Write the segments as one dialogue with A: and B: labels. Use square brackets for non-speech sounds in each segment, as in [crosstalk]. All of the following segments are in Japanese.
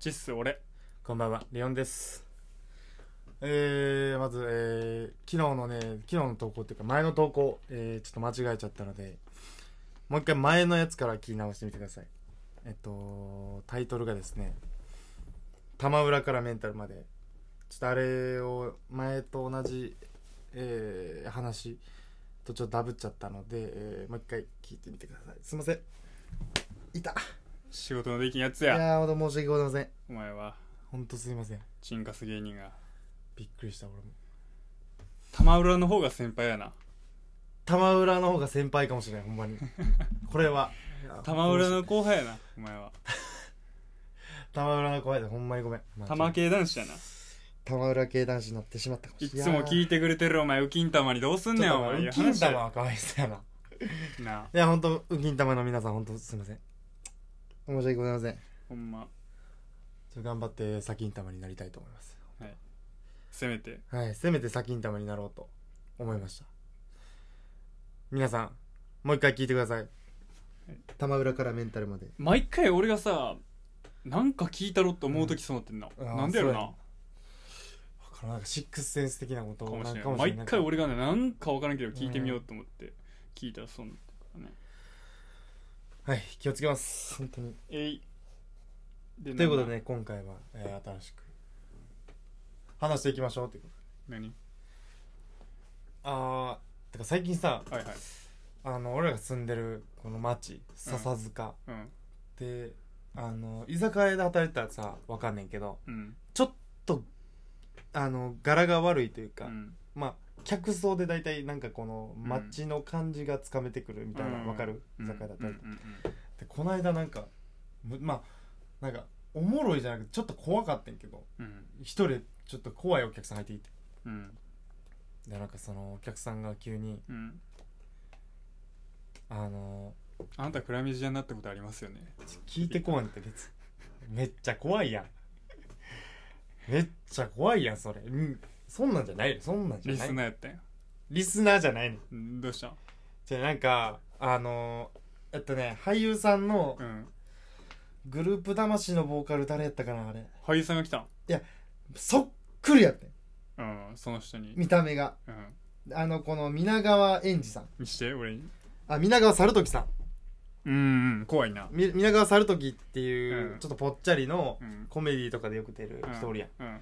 A: チッス俺こんばんはレオンですえー、まず、えー、昨日のね昨日の投稿っていうか前の投稿、えー、ちょっと間違えちゃったのでもう一回前のやつから聞き直してみてくださいえっとタイトルがですね「玉浦からメンタルまで」ちょっとあれを前と同じ、えー話とちょっとダブっちゃったので、えーもう一回聞いてみてくださいすいませんいた
B: 仕事のできんやつ
A: い
B: や
A: やーほんと申し訳ございません
B: お前は
A: ほんとすいません
B: チンカス芸人が
A: びっくりした俺も
B: 玉浦の方が先輩やな
A: 玉浦の方が先輩かもしれないほんまに [laughs] これは
B: 玉浦の後輩やなお前は
A: 玉浦の後輩でほんまにごめん
B: 玉系男子やな
A: 玉浦系男子になってしまったかも
B: い
A: しれ
B: つ
A: ない
B: も聞
A: い
B: いてくれてるお前ウキン玉にどうすん
A: て
B: ね
A: ん
B: ん
A: お
B: お前
A: 前金
B: いや
A: 玉はかわいそうやな
B: 話やなあ
A: いやほんとウキン玉の皆さんほんとすいません申し訳ございませんちょ
B: ほんま
A: っと頑張って先金玉になりたいと思います
B: せめて
A: はいせめて先金玉になろうと思いました皆さんもう一回聞いてください玉浦からメンタルまで
B: 毎回俺がさなんか聞いたろって思う時そうなってんな、
A: うん
B: なんでやろ
A: あ
B: な
A: このなんかシックスセンス的なこと
B: かもしれ
A: ん
B: ん
A: かもし
B: 毎
A: れん
B: 回
A: なんか
B: 俺がねなんか分からんけど聞いてみようと思って聞いたらそうなってたね
A: はい気をつけます本当に
B: えいで
A: ということでね今回は、えー新しく話していきましょうってこと
B: 何
A: あーてか最近さ
B: はいはい
A: あの俺らが住んでるこの町笹塚、
B: うん
A: であの居酒屋で働いてたらさわかんねんけど
B: うん
A: ちょっとあの柄が悪いという
B: う
A: か、
B: ん
A: まあ客層で大体なんかこの街の感じがつかめてくるみたいな、
B: うん
A: わかる居酒屋だったり、
B: うんうん
A: でこの間なんかむまあなんかおもろいじゃなくてちょっと怖かったんけど
B: うんうん
A: 一人ちょっと怖いお客さん入ってきて
B: うん
A: でなんかそのお客さんが急に
B: うん
A: 「あの
B: あなたクラミジアになったことありますよね
A: 聞いてこんって別にめっちゃ怖いやんめっちゃ怖いやんそれうんそんなんじゃないよそんなんじゃ
B: リ
A: な
B: ス
A: い
B: ナーやったんや
A: リスナーじゃないの
B: うんどうした
A: じゃあなんかあのえっとね俳優さんの
B: うん
A: グループ魂のボーカル誰やったかなあれ
B: 俳優さんが来たん
A: そっくりやってん
B: うんその人に
A: 見た目が
B: うん
A: あのこの皆川円二さん
B: 見して俺に
A: あ皆川猿時さん
B: うんうん怖いな
A: み皆川猿時っていう、
B: うん
A: ちょっとぽっちゃりの
B: うん
A: コメディとかでよく出る人おるやん、
B: うん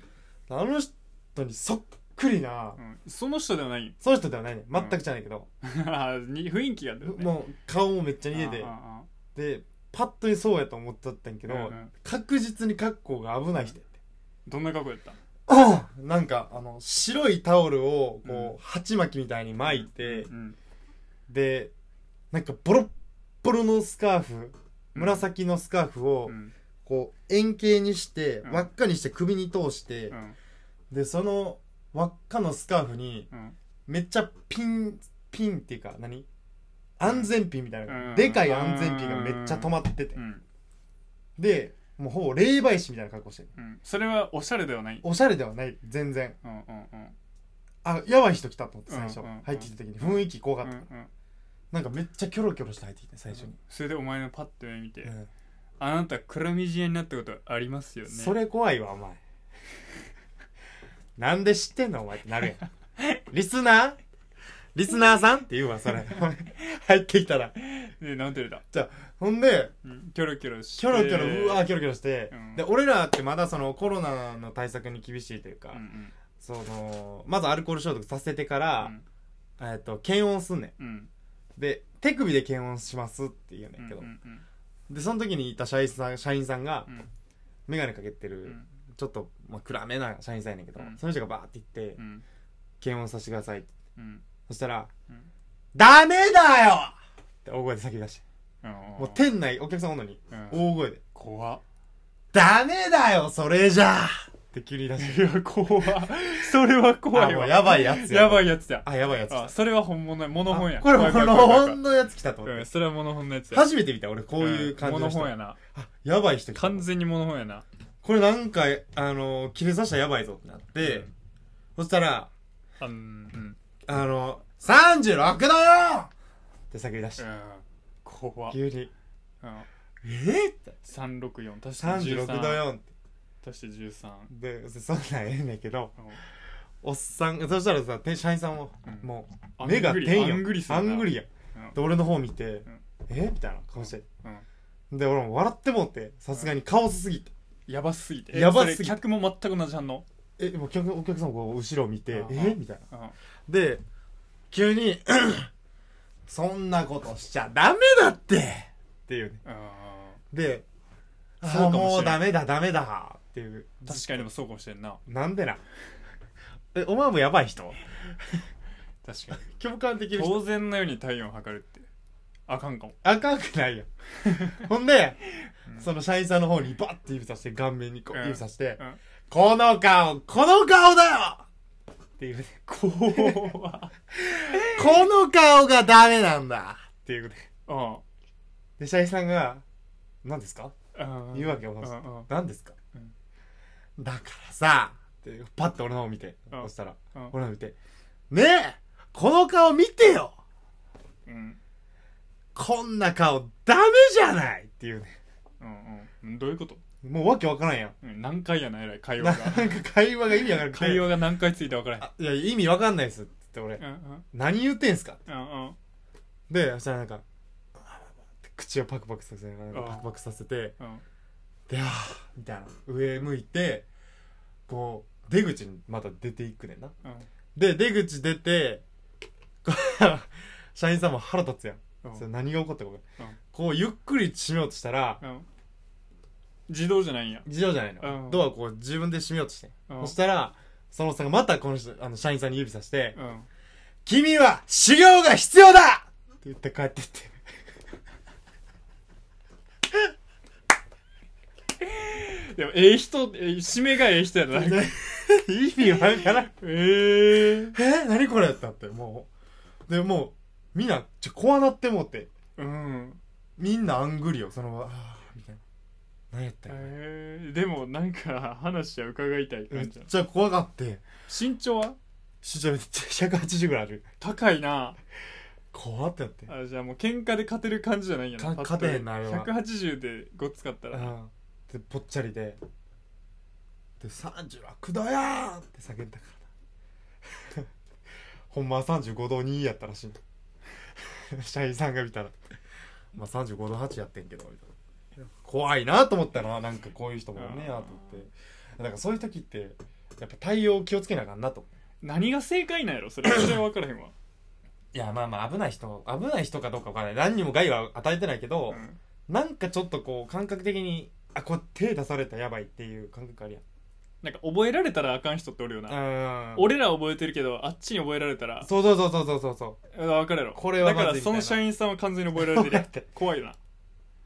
A: あの人にそっくりな、
B: うんその人ではない [laughs]
A: その人ではないね全くじゃないけど、
B: あに雰囲気が出るね
A: もう顔もめっちゃ似て
B: あ
A: て
B: あああ
A: でパッとにそうやと思っちゃったんやけど、
B: うんうん
A: 確実に格好が危ない人やって、
B: どんな格好やった
A: ああなんかあの白いタオルを
B: う
A: こう鉢巻きみたいに巻いて、
B: うん
A: でなんかボロッボロのスカーフ
B: うん
A: 紫のスカーフ
B: う
A: を
B: ん
A: こう円形にして
B: うん
A: 輪っかにして首に通して、
B: うん
A: でその輪っかのスカーフに
B: うん
A: めっちゃピンピンっていうか何安全ピンみたいな、
B: うん
A: でかい安全ピンがめっちゃ止まってて、
B: うん
A: でもうほぼ霊媒師みたいな格好してる
B: うんそれはおしゃれではない
A: おしゃれではない全然
B: うんうんうん
A: あやばい人来たと思って最初、
B: うんうんうん
A: 入ってきた時に雰囲気怖かっ
B: う
A: た、
B: んうん
A: なんかめっちゃキョロキョロして入ってきて最初に、
B: それでお前のパッと目見て
A: うん
B: あなたクラミジアになったことありますよね
A: それ怖いわお前 [laughs] なんで知ってんのお前ってなるやんリスナーリスナーさんって言うわそれ [laughs] 入ってきたら
B: でなんて言うた
A: ほんで
B: うんキョロキョロして
A: キョロキョロ、うわーキョロキョロして、
B: うん
A: で俺らってまだそのコロナの対策に厳しいというか、
B: うんうん
A: そのまずアルコール消毒させてから、えっと検温すんね
B: うんうん
A: んで手首で検温しますって言うね
B: うんん
A: けど、
B: うんうん
A: でその時にいた社員さん社員さんが
B: うん
A: 眼鏡かけてる、
B: うん
A: ちょっと、まあ、暗めな社員さんやねんけど、
B: うん
A: その人がバーって言って、
B: うん
A: 検温させてくださいって
B: うん
A: そしたら
B: うん
A: 「ダメだよ!」って大声で叫び出してもう店内お客さんおんのに
B: うん
A: 大声で
B: 怖っ
A: 「ダメだよそれじゃ!」って急に出して
B: いや怖っ [laughs] それは怖い
A: あも
B: わ
A: うやばいやつ
B: やば
A: い
B: いやつだ
A: あやばいやつ来た
B: あそれは本物やモノ本や
A: あこれ
B: 怖い
A: こ
B: 怖い
A: の
B: 怖い怖い
A: 本のやつ来たと思っ
B: うん
A: て
B: それはモノ本のやつや
A: 初めて見た俺こういう感じ
B: モ
A: の
B: ノ
A: 人
B: 本やな
A: あやばい人来た
B: 完全にモノ本やな
A: これなんかあの切れさしたらやばいぞってなって、
B: うん
A: そしたら
B: あうんうん
A: あの、36度よって叫び出し
B: う
A: た。
B: ん怖っ
A: 急に。
B: うん
A: え
B: 364足して
A: 三 ?36 度
B: 13
A: よって。
B: 足して13
A: でそんなんええねんけど
B: うん
A: おっさんそしたらさ店社員さんも、
B: うん
A: も
B: あ
A: う目が天よ
B: アングリする
A: ア
B: な
A: ングリや
B: うん
A: で俺の方見て、
B: ん
A: えみたいな顔して
B: うん
A: で俺も笑ってもうてさすがにカオスすぎて、
B: やばすぎてえ
A: やばすぎて
B: それ客も全く同じ反応
A: えもうお客お客さんこう後ろ見て
B: あ
A: え
B: あ
A: みたいな
B: うん
A: で急に [clears throat] そんなことしちゃダメだってっていうね
B: うん
A: であ
B: そうかもしれん
A: もうダメだダメだっていう
B: 確かにでもそうかもしれんな
A: なんでなえお前もやば
B: [laughs]
A: い人
B: 確かに
A: 共感できる
B: [laughs]
A: 人
B: 当然のように体温測るってあかんかも
A: あかんくないよ [laughs] ほんで、
B: うん
A: その社員さんの方にバッて指さして顔面にこう
B: うん
A: 指さして、
B: うん
A: この顔この顔だよっていうね
B: 怖
A: この顔がダメなんだっていうね
B: [laughs] うん
A: で社員さんが「何ですか?
B: うん
A: 言うわけよ
B: うんうん
A: 何ですか
B: うん
A: だからさ」ってパッて俺の方を見て
B: うん
A: そしたら
B: うん
A: 俺の方見て「ねえこの顔見てよ
B: うん
A: こんな顔ダメじゃない!」っていうね
B: うんうんどういうこと
A: もうわけわからんやん
B: うん何回やなえらい会
A: な
B: 話
A: ん
B: が
A: か会話が意味わからん
B: 会話が何回ついて分からへん
A: あいや意味わかんないですって言って俺、
B: うんうん
A: 何言ってんすか
B: うんうん
A: でそしたらなんか口をパクパクさせなが
B: うん
A: らパクパクさせて
B: うん
A: であーみたいな上向いてこう出口にまた出ていくねんなで出口出て [laughs] こう社員さんも腹立つやん、
B: うん
A: それ何が起こったか分かんない
B: うん
A: こうゆっくり閉めようとしたら
B: うん自動じゃないんや
A: 自動じゃないの、
B: うん
A: ドアこう自分で閉めようとして、
B: うん
A: そしたらそのおっさんがまたこの人あの社員さんに指さして、
B: うん
A: 君は修行が必要だって言って帰ってって。
B: でもええ人ええ締めがええ人やなえ
A: 意味わからん。
B: [laughs] え
A: え何これってなって、もう。で、もう、みんな、ちょ、怖なってもうて。
B: うん
A: みんなアングリよ、そのまま。あーみたいな。何やったんや
B: ええでもなんか話は伺いたい
A: め
B: 感
A: っ
B: じやな
A: ちゃ怖がって。
B: 身長は
A: しちゃめっちゃ180ぐらいある。
B: 高いな
A: 怖ってなって。
B: あじゃあもう喧嘩で勝てる感じじゃないんやな
A: か勝てへんなあれは
B: 180でごっつかった
A: う
B: ら
A: ん。で、ぽっちゃりで。で、36度やーって叫んだからな。 [laughs] ほんまは35度2やったらしい。 [laughs] 社員さんが見たら。まあ35度8やってんけど、みたいな。怖いなと思ったな、なんかこういう人もね、
B: あー
A: と思って。だからそういう時って、やっぱ対応気をつけなあかんなと。
B: 何が正解なんやろそれそれは分からへんわ
A: いや、まあまあ危ない人、危ない人かどうかわからない。何にも害は与えてないけど、
B: うん
A: なんかちょっとこう感覚的に、あ、これ手出されたらやばいっていう感覚あるやん。
B: なんか覚えられたらあかん人っておるよな
A: うん
B: 俺ら覚えてるけどあっちに覚えられたら
A: そうそうそうそうそうそうそう
B: 分かるやろ
A: これは
B: だか
A: ま
B: ら
A: ずいみた
B: そ
A: いな
B: の社員さんは完全に覚えられて
A: [laughs]
B: るやん
A: 覚えられてる
B: 怖いな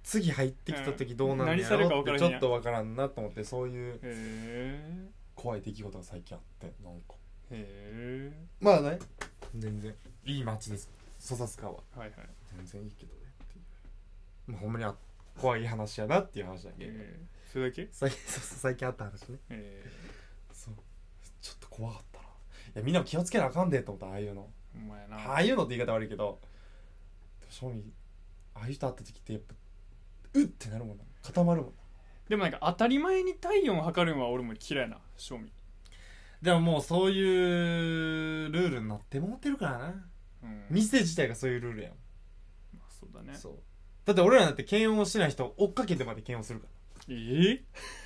A: 次入ってきた時どうなん
B: うん何
A: や
B: されるか
A: ろっ
B: 分か
A: て
B: らんや
A: ちょ
B: ん
A: っとわからんなと思ってそういう
B: へ
A: 怖い出来事が最近あってなんか
B: えへ
A: まあね全然いい街ですそさすかは
B: えはいはい
A: 全然いいけどねっていうまあほんまにあ怖い話やなっていう話だけど
B: えーそれだけ
A: 最近そうそう最近あった話ね
B: え
A: そうちょっと怖かったないやみんなも気をつけなあかんでと思ったああいうの
B: えお前な
A: ああいうのって言い方悪いけどでも正味ああいう人会った時ってやっぱうってなるもんな固まるもんな
B: でもなんか当たり前に体温測るのは俺も嫌いな正味
A: でももうそういうルールになってもってるからな
B: うん
A: 店自体がそういうルールやん、
B: まあそうだね
A: そうだって俺らだって検温してない人追っかけてまで検温するから [laughs]
B: えー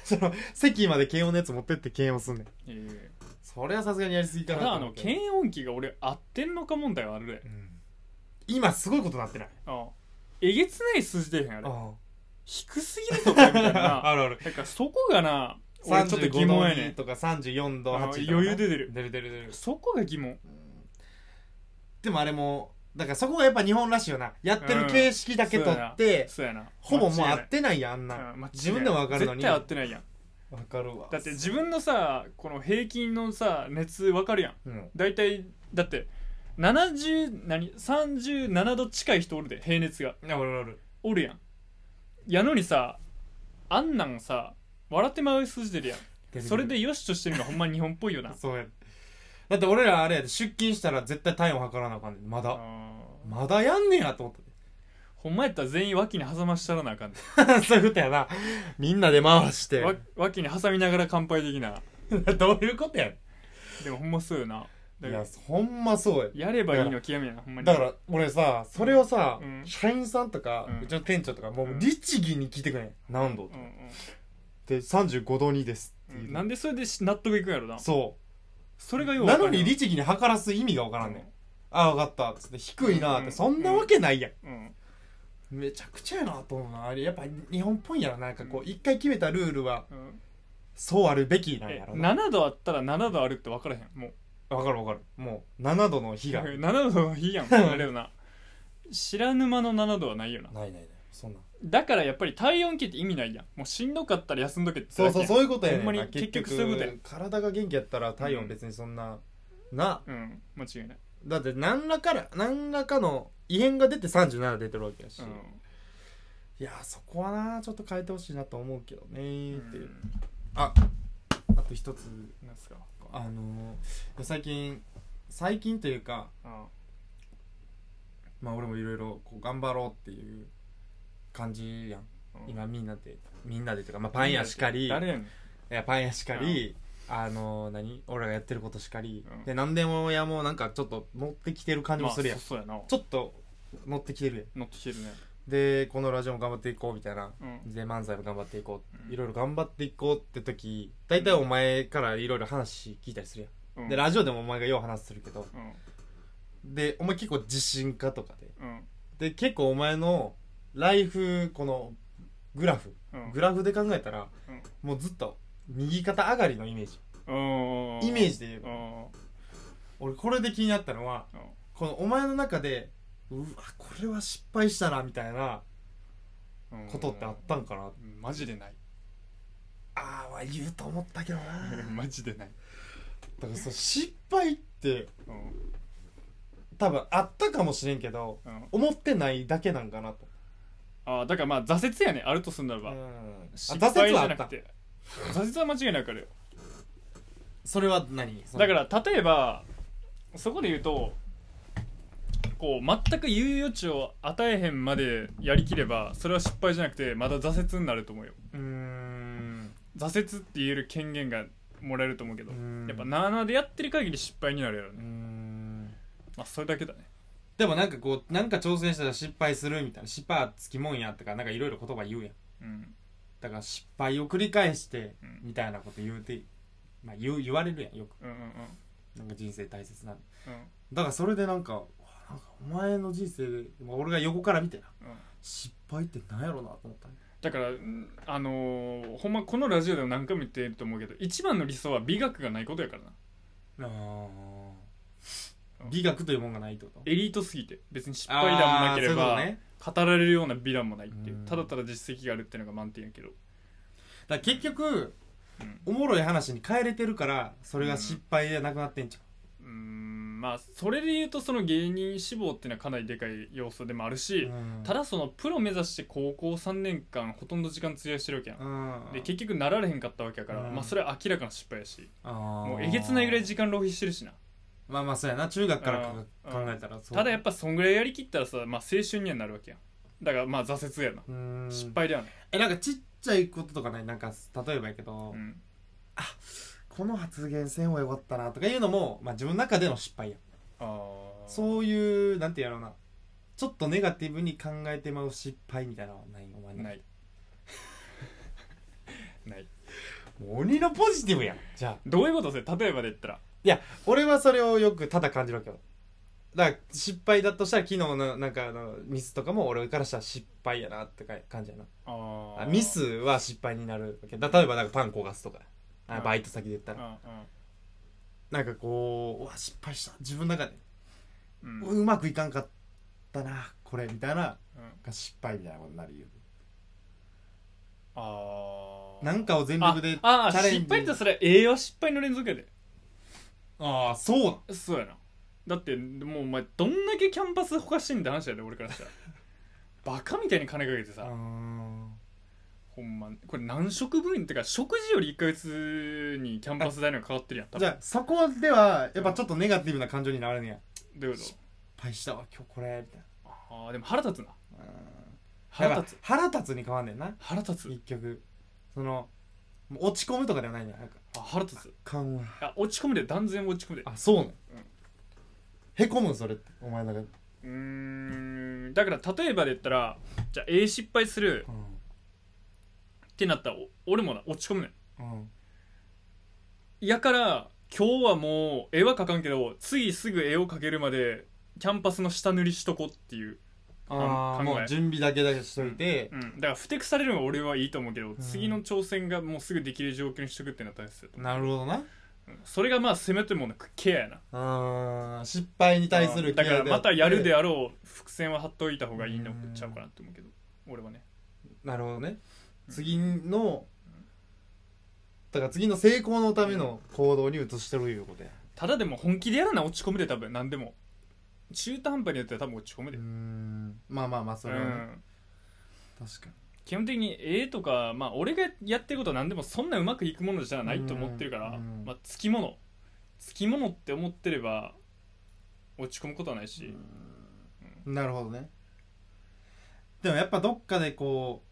A: その席まで検温のやつ持ってって検温すんねん
B: ええ
A: それはさすがにやりすぎか
B: た
A: な
B: だあ
A: と思
B: の
A: うけど
B: 検温器が俺合ってんのか問題はあるで
A: うん今すごいことなってない
B: ああえげつない数字出へんあれ
A: あ
B: 低すぎるとかみたいな
A: [laughs] あるある
B: なんかそこが
A: [laughs]
B: な俺ちょっと疑
A: 35度
B: 問やね
A: 2
B: ん
A: とか34度8とかな
B: あ余裕で出る
A: 出る出る出る
B: そこが疑問
A: でもあれもだからそこがやっぱ日本らしいよなやってる形式だけ取って、
B: そうやな
A: ほぼもう合っ
B: 間違
A: てないやんあん
B: いない
A: な、
B: うん間違いない
A: 自分でも分かるのに
B: 絶対合ってないやん
A: 分かるわ
B: だって自分のさこの平均のさ熱分かるやん
A: うん
B: 大体だって70何37度近い人おるで平熱が
A: いや俺俺
B: おるやんやのにさあんなんさ笑ってまう数字出るやん
A: 俺
B: それでよしとしてるのがほんま日本っぽいよな
A: そうやだって俺らあれやで出勤したら絶対体温測らなあかんねんまだ
B: あー
A: まだやんねんやと思って [laughs]
B: ほんまやったら全員脇に挟ましたらなあかんで、
A: そういうことやなみんなで回して
B: わ脇に挟みながら乾杯的な
A: どういうことやね
B: でもほんまそうよなんだ
A: い
B: か
A: や
B: ら
A: ほんまそうや
B: やればいいの極めやなほんまに
A: だから俺さそれをさ、
B: うん
A: 社員さんとか、
B: うん
A: うちの店長とかも
B: う
A: うん律儀に聞いてくれん、何度
B: うんうん
A: で35度2ですって
B: う
A: い
B: ん
A: う、
B: なんでそれで納得いくんやろな
A: そ
B: それが
A: う
B: よ
A: なのに律儀に測らす意味が分からんねん、ああ分かったっつって低いなーって、
B: うん
A: そんなわけないやん、
B: うん
A: めちゃくちゃやなと思うなあれやっぱ日本っぽいんやろなんかこう一回決めたルールは
B: うん
A: そうあるべきなん
B: え
A: やろな
B: 7度あったら7度あるって分からへんもう
A: 分かる分かるもう7度の日がない
B: 7度はいいやんあれよな知らぬ間の7度はないよな
A: ないないそんなん
B: だからやっぱり体温計って意味ないやんもうしんどかったら休んどけって
A: そうそう
B: う
A: そういうことやねん
B: ほんま
A: な
B: に結局そういうことや
A: 体が元気やったら体温別にそんな、な
B: うん間違いない、
A: だって何らから何らかの異変が出て37出てるわけやし、
B: うん
A: いやーそこはなちょっと変えてほしいなと思うけどねーっていう、
B: うん
A: ああと一つ
B: なんすか
A: あのー最近最近というか
B: あ
A: まあ俺もいろいろこう頑張ろうっていう感じやん
B: うん
A: 今みんなでみんなでというか、まあ、パン屋しかりい
B: 誰やねん
A: やパン屋しかり、あのー何俺がやってることしかり、
B: うん
A: で何でもやもうなんかちょっと乗ってきてる感じもするやん、
B: まあ、そうそうやな
A: ちょっと乗ってきてるやん
B: 乗ってきてるね
A: でこのラジオも頑張っていこうみたいな
B: うん
A: で漫才も頑張っていこ
B: う
A: うんいろいろ頑張っていこうって時大体お前からいろいろ話聞いたりする
B: う
A: やん
B: ん
A: でラジオでもお前がよう話するけど
B: うん
A: でお前結構自信家とかで
B: うん
A: で結構お前のライフこのグラフ
B: うん
A: グラフで考えたら
B: うん
A: もうずっと右肩上がりのイメージ
B: うん
A: イメージで言え
B: う
A: ば
B: ん
A: 俺これで気になったのは
B: うん
A: このお前の中でうわこれは失敗したなみたいな
B: うん
A: ことってあったんかな
B: マジでない [laughs]
A: ああは言うと思ったけどな
B: マジでない
A: だからそう失敗って
B: うん
A: 多分あったかもしれんけど
B: うん
A: 思ってないだけなんかなと
B: ああだからまあ挫折やねあるとすんならば、
A: あ
B: 失
A: 挫
B: 敗
A: 折
B: じ
A: は
B: ゃ
A: あ
B: な
A: った
B: くて挫折は間違いなくあるよ
A: それは何
B: だから例えばそこで言うとこう全く猶予値を与えへんまでやりきればそれは失敗じゃなくてまだ挫折になると思うよ
A: うーん
B: 挫折って言える権限がもらえると思うけど
A: うん
B: やっぱ7でやってる限り失敗になるやろ
A: うー
B: ね
A: ん
B: まあそれだけだね
A: でもなんかこうなんか挑戦したら失敗するみたいな失敗はつきもんやとかなんかいろいろ言葉言うやん
B: うん
A: だから失敗を繰り返して
B: うん
A: みたいなこと言うて、まあ、言う言われるやんよく
B: うんうんうん
A: なんか人生大切なんでだからそれでなんかうわなんかお前の人生で、まあ、俺が横から見てな
B: うんうん
A: 失敗ってなんやろうなと思ったね
B: だからうんあのーほんまこのラジオでも何回も言ってると思うけど一番の理想は美学がないことやからな
A: ああ美学というもんがないってこと
B: エリートすぎて別に失敗談もなければ
A: あーそういうことね
B: 語られるような美談もないっていう
A: うん
B: ただただ実績があるっていうのが満点やけど
A: だから結局、
B: うん
A: おもろい話に変えれてるからそれが失敗じゃなくなってんじ
B: うーんまあそれで言うとその芸人志望っていうのはかなりでかい要素でもある
A: ゃ
B: し
A: ん、、うん
B: ただそのプロ目指して高校3年間ほとんど時間費やしてるわけやん、
A: うん
B: で結局なられへんかったわけやから、
A: うん
B: まあそれは明らかな失敗やし
A: も
B: もうえげつないぐらい時間浪費してるしな
A: まあまあそうやな中学からか
B: う
A: 考
B: ん
A: えたらそう
B: ただやっぱそんぐらいやりきったらさ、まあ、青春にはなるわけやんだからまあ挫折やな、
A: うん
B: 失敗ではない、
A: えなんかちっちゃいこととかないなんか例えばやけど、
B: うん
A: この発言せん方がよかったなとかいうのも、まあ、自分の中での失敗やん
B: あー
A: そういうなんてやろうなちょっとネガティブに考えてまう失敗みたいなのはないお前の
B: ない [laughs] ない
A: もう鬼のポジティブやんじゃあ
B: どういうことそれ例えばで言ったら
A: いや俺はそれをよくただ感じるわけよだから失敗だとしたら昨日のなんかあのミスとかも俺からしたら失敗やなってか感じやな
B: あ
A: あ
B: ー
A: ミスは失敗になるわけだ例えばなんかパン焦がすとかあ
B: うん
A: バイト先で言った
B: う
A: ら
B: ん
A: なんかこううわ失敗した自分の中で、
B: うん
A: う
B: うん
A: まくいかんかったなこれみたいな
B: うん
A: が失敗みたいなことになるよ
B: あー
A: なんかを全力で
B: ああ
A: チャレンジ
B: 失敗ってそれ栄養失敗の連続やで
A: ああそうだ
B: そうやなだってもうお前どんだけキャンパスほかしてんって話やで俺から
A: [laughs]
B: したらバカみたいに金かけてさほんまこれ何食分ってか食事より1ヶ月にキャンパス代のがかかってるやん多分
A: じゃあそこではやっぱちょっとネガティブな感情になるねや
B: どういうこと
A: 失敗したわ今日これみたいな
B: あーでも腹立つな
A: うん
B: 腹立つ
A: つ腹立つに変わんねんな
B: 腹立つ
A: 一曲そのもう落ち込むとかではないねなんか
B: あ腹立つ
A: 緩和
B: あ落ち込むで断然落ち込むで
A: あそうなん、へこむんそれってお前なんか、
B: うーんだから例えばで言ったらじゃあ A 失敗するってなったらお俺もな落ち込むねん
A: うんうん、
B: やから今日はもう絵は描かんけど次すぐ絵を描けるまでキャンパスの下塗りしとこっていう、
A: あ
B: 考
A: あ
B: え
A: もう準備だけだけしといて、
B: うん、だからふてくされるのは俺はいいと思うけど、次の挑戦がもうすぐできる状況にしとくってなったんですよ、
A: なるほどな
B: うんそれがまあせめてもなくケアやな
A: あー失敗に対する
B: うんだからまたやるで
A: あ
B: あろう伏線は貼っといた方がいいのちゃうかなって思うけど俺はね
A: なるほどね次のだから次の成功のための行動に移してるいうことや
B: ただでも本気でやらな落ち込むで多分何でも中途半端にやったら多分落ち込むで、
A: うーんまあまあまあそれはね、
B: うん
A: 確かに
B: 基本的に絵とか、まあ、俺がやってることは何でもそんなうまくいくものじゃないと思ってるから、
A: うんうん
B: まあ、つきものつきものって思ってれば落ち込むことはないし、
A: なるほどねでもやっぱどっかでこ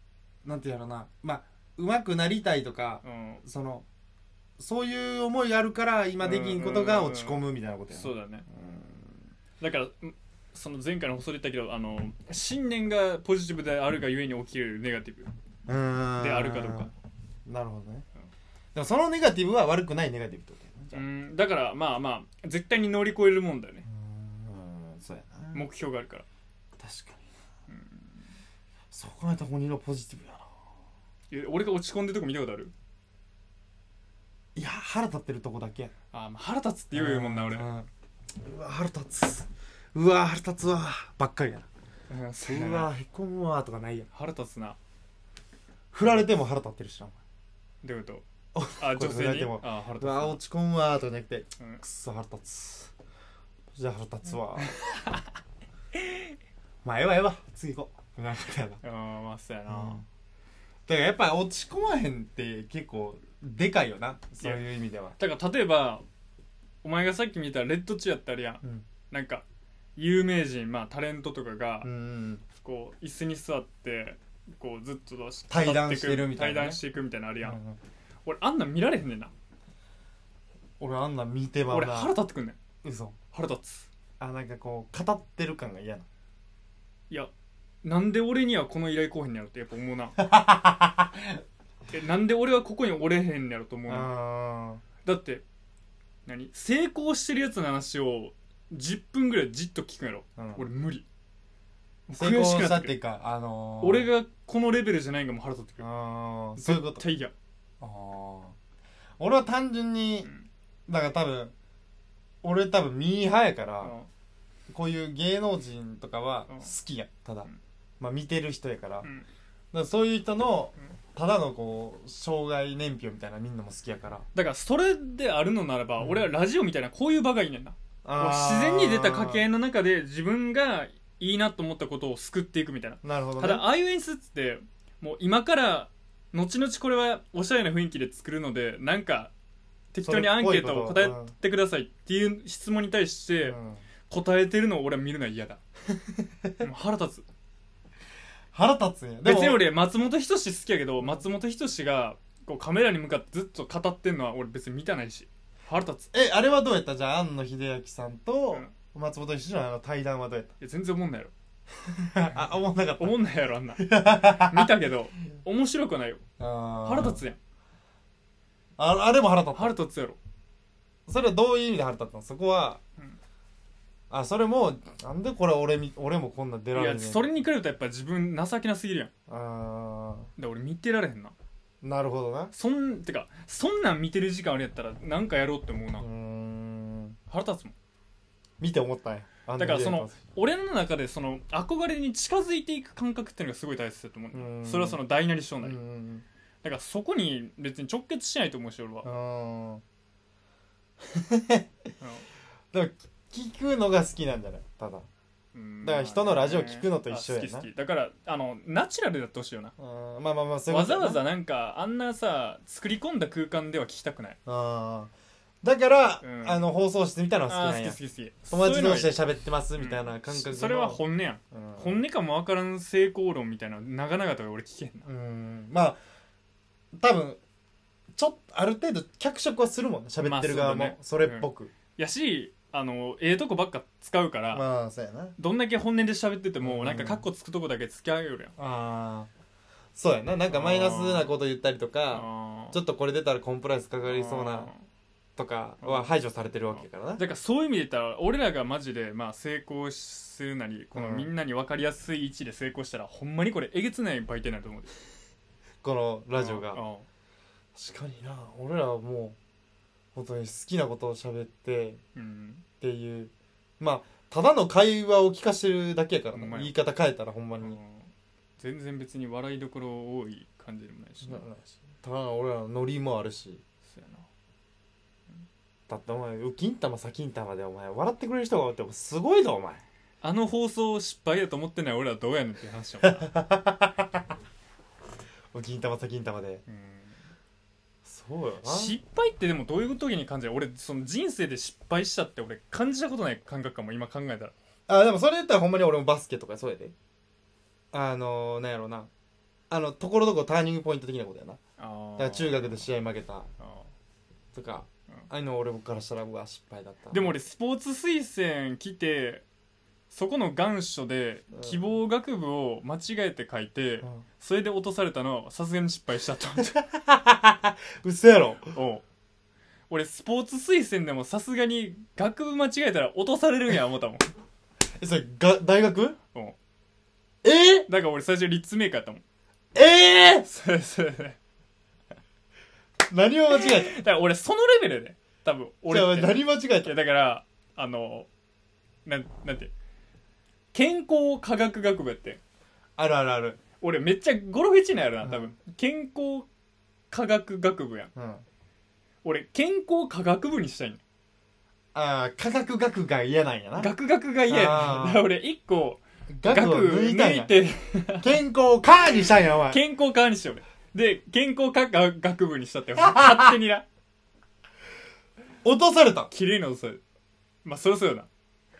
A: うなんていうやろなまあ上手くなりたいとか
B: うん
A: そのそういう思いがあるから今できんことが落ち込むみたいなことやな
B: そうだねだからんその前回の放送で言ったけどあの信念がポジティブであるがゆえに起きるネガティブ
A: うーん
B: であるかどうか
A: なるほどね、
B: うん
A: でもそのネガティブは悪くないネガティブってことやなじ
B: う
A: ゃあ
B: んだからまあまあ絶対に乗り越えるもんだよね
A: うーんそうやな
B: 目標があるから
A: 確かになそう考えたら鬼のポジティブやない
B: や俺が落ち込んでるとこ見たことある
A: いや腹立ってるとこだけや
B: あーまあ腹立つって言うもんな俺
A: ううわ腹立つうわ腹立つわばっかりやな
B: うんそうだ
A: う
B: な
A: わへこむわとかないやん
B: 腹立つな
A: 振られても腹立ってるしな
B: どういうこと
A: お
B: あ
A: [laughs]
B: 女
A: これ振
B: 性
A: られ
B: に
A: ても
B: あ腹
A: う
B: 立つ
A: わ
B: な
A: 落ち込むわとかじゃなくて
B: うん
A: くっそ腹立つじゃあ腹立つわ [laughs] まあええわええわ次行こうみたいなことやな
B: あーまあ [laughs] そうやな、
A: だからやっぱ落ち込まへんって結構でかいよなそういう意味では
B: だから例えばお前がさっき見たレッドチアってあるやん
A: うん
B: なんか有名人まあタレントとかが
A: うん
B: こう椅子に座ってこうずっとどうし
A: 対談してるみたいなね
B: 対談していくみたいなのあるやん、
A: うん
B: 俺あんなん見られへんねんな
A: 俺あんなん見てまう
B: 俺
A: な
B: 腹立ってくんねん
A: 嘘
B: 腹立つ
A: あなんかこう語ってる感が嫌ない
B: やなんで俺にはこの依頼来おへんねやろってやっぱ思うな
A: [laughs]
B: えなんで俺はここにおれへんねやろと思うな
A: あ
B: だって何成功してるやつの話を10分ぐらいじっと聞くんやろ、
A: うん
B: 俺無理
A: 成功
B: 悔しく
A: し
B: な
A: た
B: っ
A: って
B: くる
A: ていうかあのー、
B: 俺がこのレベルじゃないんがもう腹立ってくる
A: あーそういうこと
B: 絶対嫌
A: あー俺は単純に
B: うん
A: だから多分俺多分ミーハーやか
B: う
A: ら、
B: ん
A: こういう芸能人とかは
B: うん
A: 好きやただ、
B: うん
A: まあ見てる人やから,、
B: う
A: だか
B: ん
A: らそういう人の
B: うん
A: ただのこう障害年表みたいなみんなも好きやから
B: だからそれであるのならば、
A: うん
B: 俺はラジオみたいなこういう場がいいねんな
A: あー
B: 自然に出た掛け合いの中で自分がいいなと思ったことを救っていくみたいな
A: なるほど、ね、
B: ただああいう演出ってもう今から後々これはおしゃれな雰囲気で作るのでなんか適当にアンケートを答えてくださいっていう質問に対して
A: うん
B: 答えてるのを俺は見るのは
A: [laughs]
B: 嫌だもう腹立つ
A: 腹立つね
B: 別に俺松本人志好きやけど松本人志がこうカメラに向かってずっと語ってんのは俺別に見たないし腹立つい
A: えあれはどうやったじゃあ庵野秀明さんと
B: うん
A: 松本一緒のあの対談はどうやっ
B: や全然思んないやろ
A: た [laughs] あ思んなかっ
B: 思んないやろあん
A: [laughs]
B: な見たけど面白くはないよ
A: たあー
B: 腹立つやん
A: ああれも腹立った
B: 腹立つやろ
A: それはどういう意味で腹立ったのそこは、
B: うん
A: あそれもなんでこれ俺み俺もこんな出ら
B: い
A: れ
B: や
A: ねえ
B: それに比べたらやっぱ自分情けなすぎるやん
A: あ
B: で俺見てられへんな
A: ーなるほどな
B: そんてかそんなん見てる時間あれやったらなんかやろうって思うな、
A: うーん
B: 腹立つもん
A: 見て思ったんやあ
B: だからそ
A: 見
B: の
A: て
B: 俺の中でその憧れに近づいていく感覚っていうのがすごい大切だと思う
A: う
B: ね
A: ん
B: それはその大なり小
A: 思
B: な
A: った
B: り、
A: うーん
B: だからそこに別に直結しないと思うし俺は
A: う、ーん
B: うん
A: でも聞くのが好きなんじゃないただ
B: うん
A: だから人のラジオ聞くのと一緒やな
B: あ好き好きだからあのナチュラルでやってほしいよな
A: うーんまあまあまあそういう
B: わ
A: こ
B: ざ
A: とやな
B: わざなんかあんなさ作り込んだ空間では聞きたくない
A: あだから、
B: うん
A: あの放送室みたいなのが好
B: あ
A: きなん
B: ー
A: や
B: 好き好き好き
A: 友達同士で
B: そういうの
A: 喋ってます
B: うん
A: みたいな感覚の
B: それは本音やん
A: うん
B: 本音かもわからん成功論みたいな長々と俺聞けんな
A: うんまあ多分ちょっとある程度脚色はするもんね喋ってる側
B: まあそうだ
A: も
B: ね
A: それっぽく
B: やしあのええとこばっか使うから、
A: まあそうやな
B: どんだけ本音で喋ってても、
A: うん
B: なんかカッコつくとこだけ付き合うよりやん
A: ああそうやななんかマイナスなこと言ったりとか
B: あー
A: ちょっとこれ出たらコンプライアンスかかりそう
B: あ
A: な
B: ー
A: とかは排除されてるわけやからな
B: だからそういう意味で言ったら俺らがマジでまあ成功するなりこの
A: うん
B: みんなに分かりやすい位置で成功したら、ほんまにこれえげつない媒体になると思うで
A: このラジオ
B: うん
A: が確かにな俺らはもう本当に好きなことを喋って
B: うん
A: っていうまあただの会話を聞かしてるだけやから
B: ほんま
A: な
B: や
A: 言い方変えたらほんま
B: うん
A: に
B: 全然別に笑いどころ多い感じでもないしな、
A: ただの俺らのノリもあるし
B: そうやな
A: だってお前ウキン玉サキン玉でお前笑ってくれる人がおってすごいぞお前
B: あの放送失敗やと思ってない俺らどうやねんっていう話
A: [laughs]
B: だもんな
A: ウキン玉サキン玉で
B: うん
A: そうよな
B: 失敗ってでもどういう時に感じる俺その人生で失敗したって俺感じたことない感覚かも今考えたら
A: あでもそれ言ったらほんまに俺もバスケとかそうやであのなんやろうなあのところどころターニングポイント的なことやな
B: あ
A: だから中学で試合負けたとか
B: うん
A: ああいうの俺からしたらうわ失敗だった
B: でも俺スポーツ推薦来てそこの願書で
A: うん
B: 希望学部を間違えて書いて、
A: うん
B: それで落とされたのはさすがに失敗したと
A: [laughs]
B: 思って
A: 嘘やろ
B: おう俺スポーツ推薦でもさすがに学部間違えたら落とされるんや思ったもん
A: えそれが大学
B: おう
A: えー、
B: だから俺最初立命家やったもん [laughs]
A: えー、
B: それそれそれ
A: 何を間違え
B: だから俺そのレベルで多分
A: た
B: 俺
A: じゃ
B: っ
A: あ
B: て
A: 何間違え
B: い
A: た
B: やだからあのなんなんて健康科学学部やって
A: あるあるある
B: 俺めっちゃゴロフェチなんやろな多
A: う
B: 分健康科学学部やん
A: うんあ
B: 俺健康科学部にしたいん
A: あー科学学が嫌なんやな
B: 学学が嫌や
A: あー
B: だから俺一個学
A: 学を抜いたん
B: 抜
A: や
B: いて
A: 健康カーにしたんやお前
B: 健康科にして俺で健康科学学部にしたって
A: [laughs]
B: 勝手にな
A: 落とされた
B: 綺麗なそれまあそりゃそうよな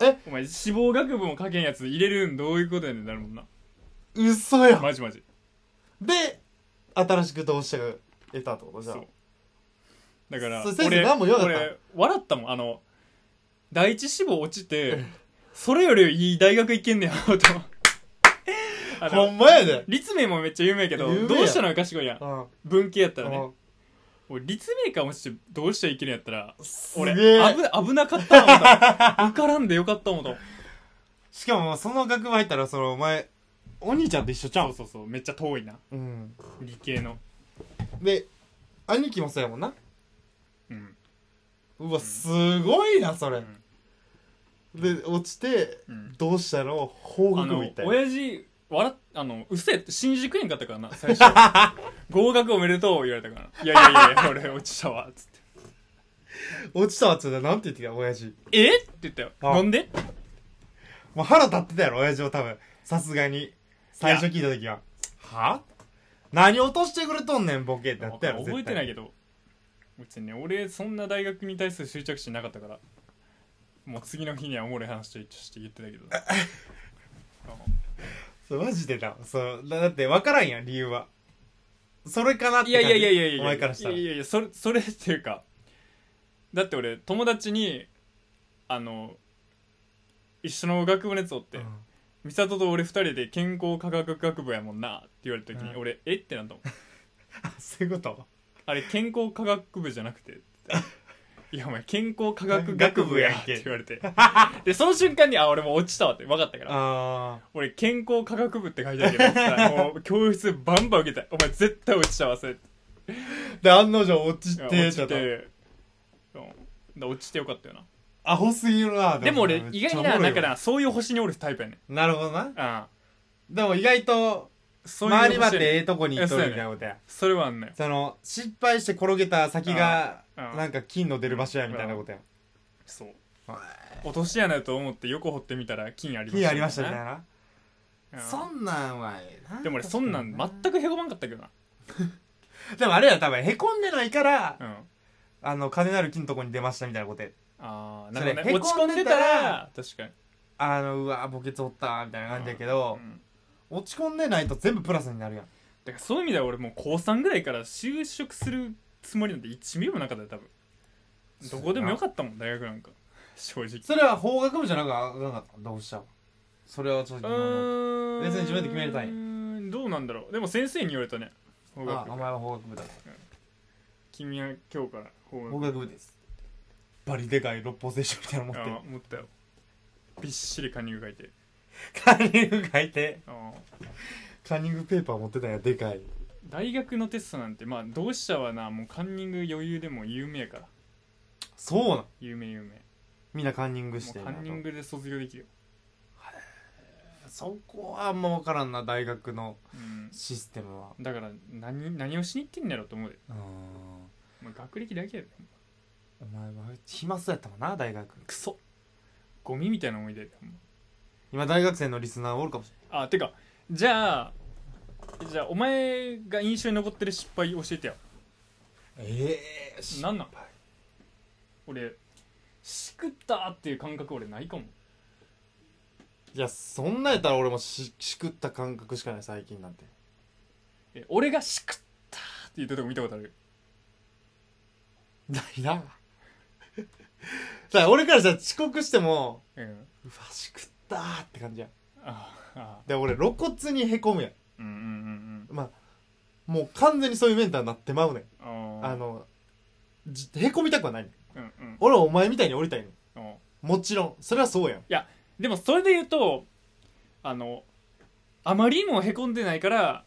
A: え
B: お前志望学部も書けんやつ入れるんどういうことやねんなるもんな
A: 嘘や
B: マジマジ
A: で新しく同志社が得たってことじゃあ
B: そうだから
A: そう先生
B: 俺
A: 何も言わなかった
B: 俺笑ったもんあの第一志望落ちてそれよりいい大学行けんねやろとあ
A: ほ
B: の
A: んまやで
B: 立命もめっちゃ有名やけど
A: 有名や
B: どうしたのが賢いやん
A: うん
B: 文系やったら
A: う
B: ね
A: ん
B: 俺立命か落ちてどうしたらいけるんやったら
A: す
B: 俺
A: げえ
B: 危危なかった思った受からんでよかった思った
A: しかもその学部入ったらそのお前お兄ちゃんと一緒ちゃ
B: そう
A: う
B: そうそうめっちゃ遠いな
A: うん
B: 理系の
A: で兄貴もそうやもんな
B: うん
A: うわすごいなそれ
B: ん
A: で落ちて
B: うん
A: 同志社の法
B: あ
A: 学部
B: の
A: 行ったんや
B: 親父笑っあのうっせえって新宿園かったからな最初
A: [laughs]
B: 合格おめでとう言われたからないやいやいや俺落ちたわつって
A: 落ちたわっつってなんて言ってきた親父
B: えって言ったよ
A: あ
B: なんで
A: もう腹立ってたやろ親父は多分さすがに最初聞いた時はは何落としてくれとんねんボケってなったやろ
B: 覚えてないけ
A: ど
B: ど別にね俺そんな大学に対する執着心なかったからもう次の日にはおもろい話として言ってたけ
A: [laughs]
B: ど
A: そうマジでなそうだだって分からんやん理由はそれかなって
B: いやいやいやいやいやいや
A: お前からしたら
B: いやいやいやそれそれっていうかだって俺友達にあの一緒の学部のやつおって、
A: うん
B: 美里と俺二人で健康科学学部やもんなって言われた時に
A: うん
B: 俺えってな
A: [laughs]
B: ったもん
A: そういうこと
B: あれ健康科学部じゃなく
A: [laughs]
B: ていやお前健康科学学部や
A: 学部やん
B: っ
A: け
B: て言われてでその瞬間にあ俺もう落ちたわって分かったから
A: あ
B: 俺健康科学部って書いてあるけどさ
A: [laughs]
B: もう教室バンバン受けたいお前絶対落ちたわそれ
A: あで案の定落ちて
B: 落ち
A: ちょって
B: うん落ちてよかったよな
A: とアホすぎるな
B: でも俺
A: めっ
B: 意
A: ちゃ
B: 外
A: お
B: に
A: もろい
B: な
A: わ
B: なんかなそういう星におるタイプやねん
A: なるほどな
B: あ
A: でも意外と
B: そういう
A: 周りま
B: 星
A: で
B: やね
A: え
B: ん
A: えとこにいっとるみたいなことや
B: それはあんのよ
A: その失敗して転げた先が
B: うんうん
A: なんか金の出る場所やみたいなことや
B: そう
A: はい
B: 落とし穴だと思って横掘ってみたら金ありました
A: 金ありましたみたいな
B: うん
A: そんなんはええな
B: でも俺そんなん全くへこまんかったけどな
A: でもあれや多分へこんでないから
B: うん
A: あの金なる木のとこに出ましたみたいなことで
B: ああなるほど
A: そ
B: ね
A: れ
B: 落ち込んでたら確かに
A: あのうわ墓穴おったーみたいな感じやけ
B: う
A: ど、
B: ん
A: 落ち込んでないと全部プラスになるやん
B: だからそういう意味では俺もう高3ぐらいから就職するつもりなんて1ミリもなかったよ多分どこでもよかったもん大学なんか正直
A: それは法学部じゃなくあかんかったどうしたそれはちょっと疑問だ
B: うーん
A: 別に自分で決めれたんや
B: うーんどうなんだろうでも先生に言われたね法
A: あ
B: 学部
A: お前は法学部だ
B: 君は今日から法学
A: 法
B: 部
A: 学部ですバリでかい六方聖書みたいなの持
B: あ
A: っ
B: 持ったよびっしり加入がいて
A: てるカンニング書いて
B: あー
A: カンニングペーパー持ってたんやでかい
B: 大学のテストなんてまあ同志社はなもうカンニング余裕でもう有名やから
A: そうなん
B: 有名有名も
A: みんなカンニングして
B: うんカ
A: な
B: ンニングで卒業できるよ、
A: そこはあんま分からんな大学の
B: うん、
A: システムは
B: だから何何をしに行ってんだろうと思うで、
A: うん
B: まあ、学歴だけやで
A: お前は暇そうやったもんな大学
B: クソゴミみたいな思い出やでほんま
A: 今大学生のリスナーおるかもし
B: あてかじゃあじゃあお前が印象に残ってる失敗教えてよ
A: れないええ
B: なんなん俺しくったっていう感覚俺ないかも
A: いやそんなんやったら俺もししくった感覚しかない最近なんて
B: え俺がしくったって言ったとこ見たことある
A: ないな [laughs] だから俺からしたら遅刻しても
B: うん
A: うわしくったーって感じや
B: ああ
A: で俺露骨にへこむやん
B: うんうんうん
A: まあもう完全にそういうメンターになってまうねん
B: うん
A: あのじへこみたくはないねん
B: うんうん
A: 俺はお前みたいに降りたいねん
B: うん
A: もちろんそれはそうやん
B: でもそれで言うとあのあまりにもへこんでないから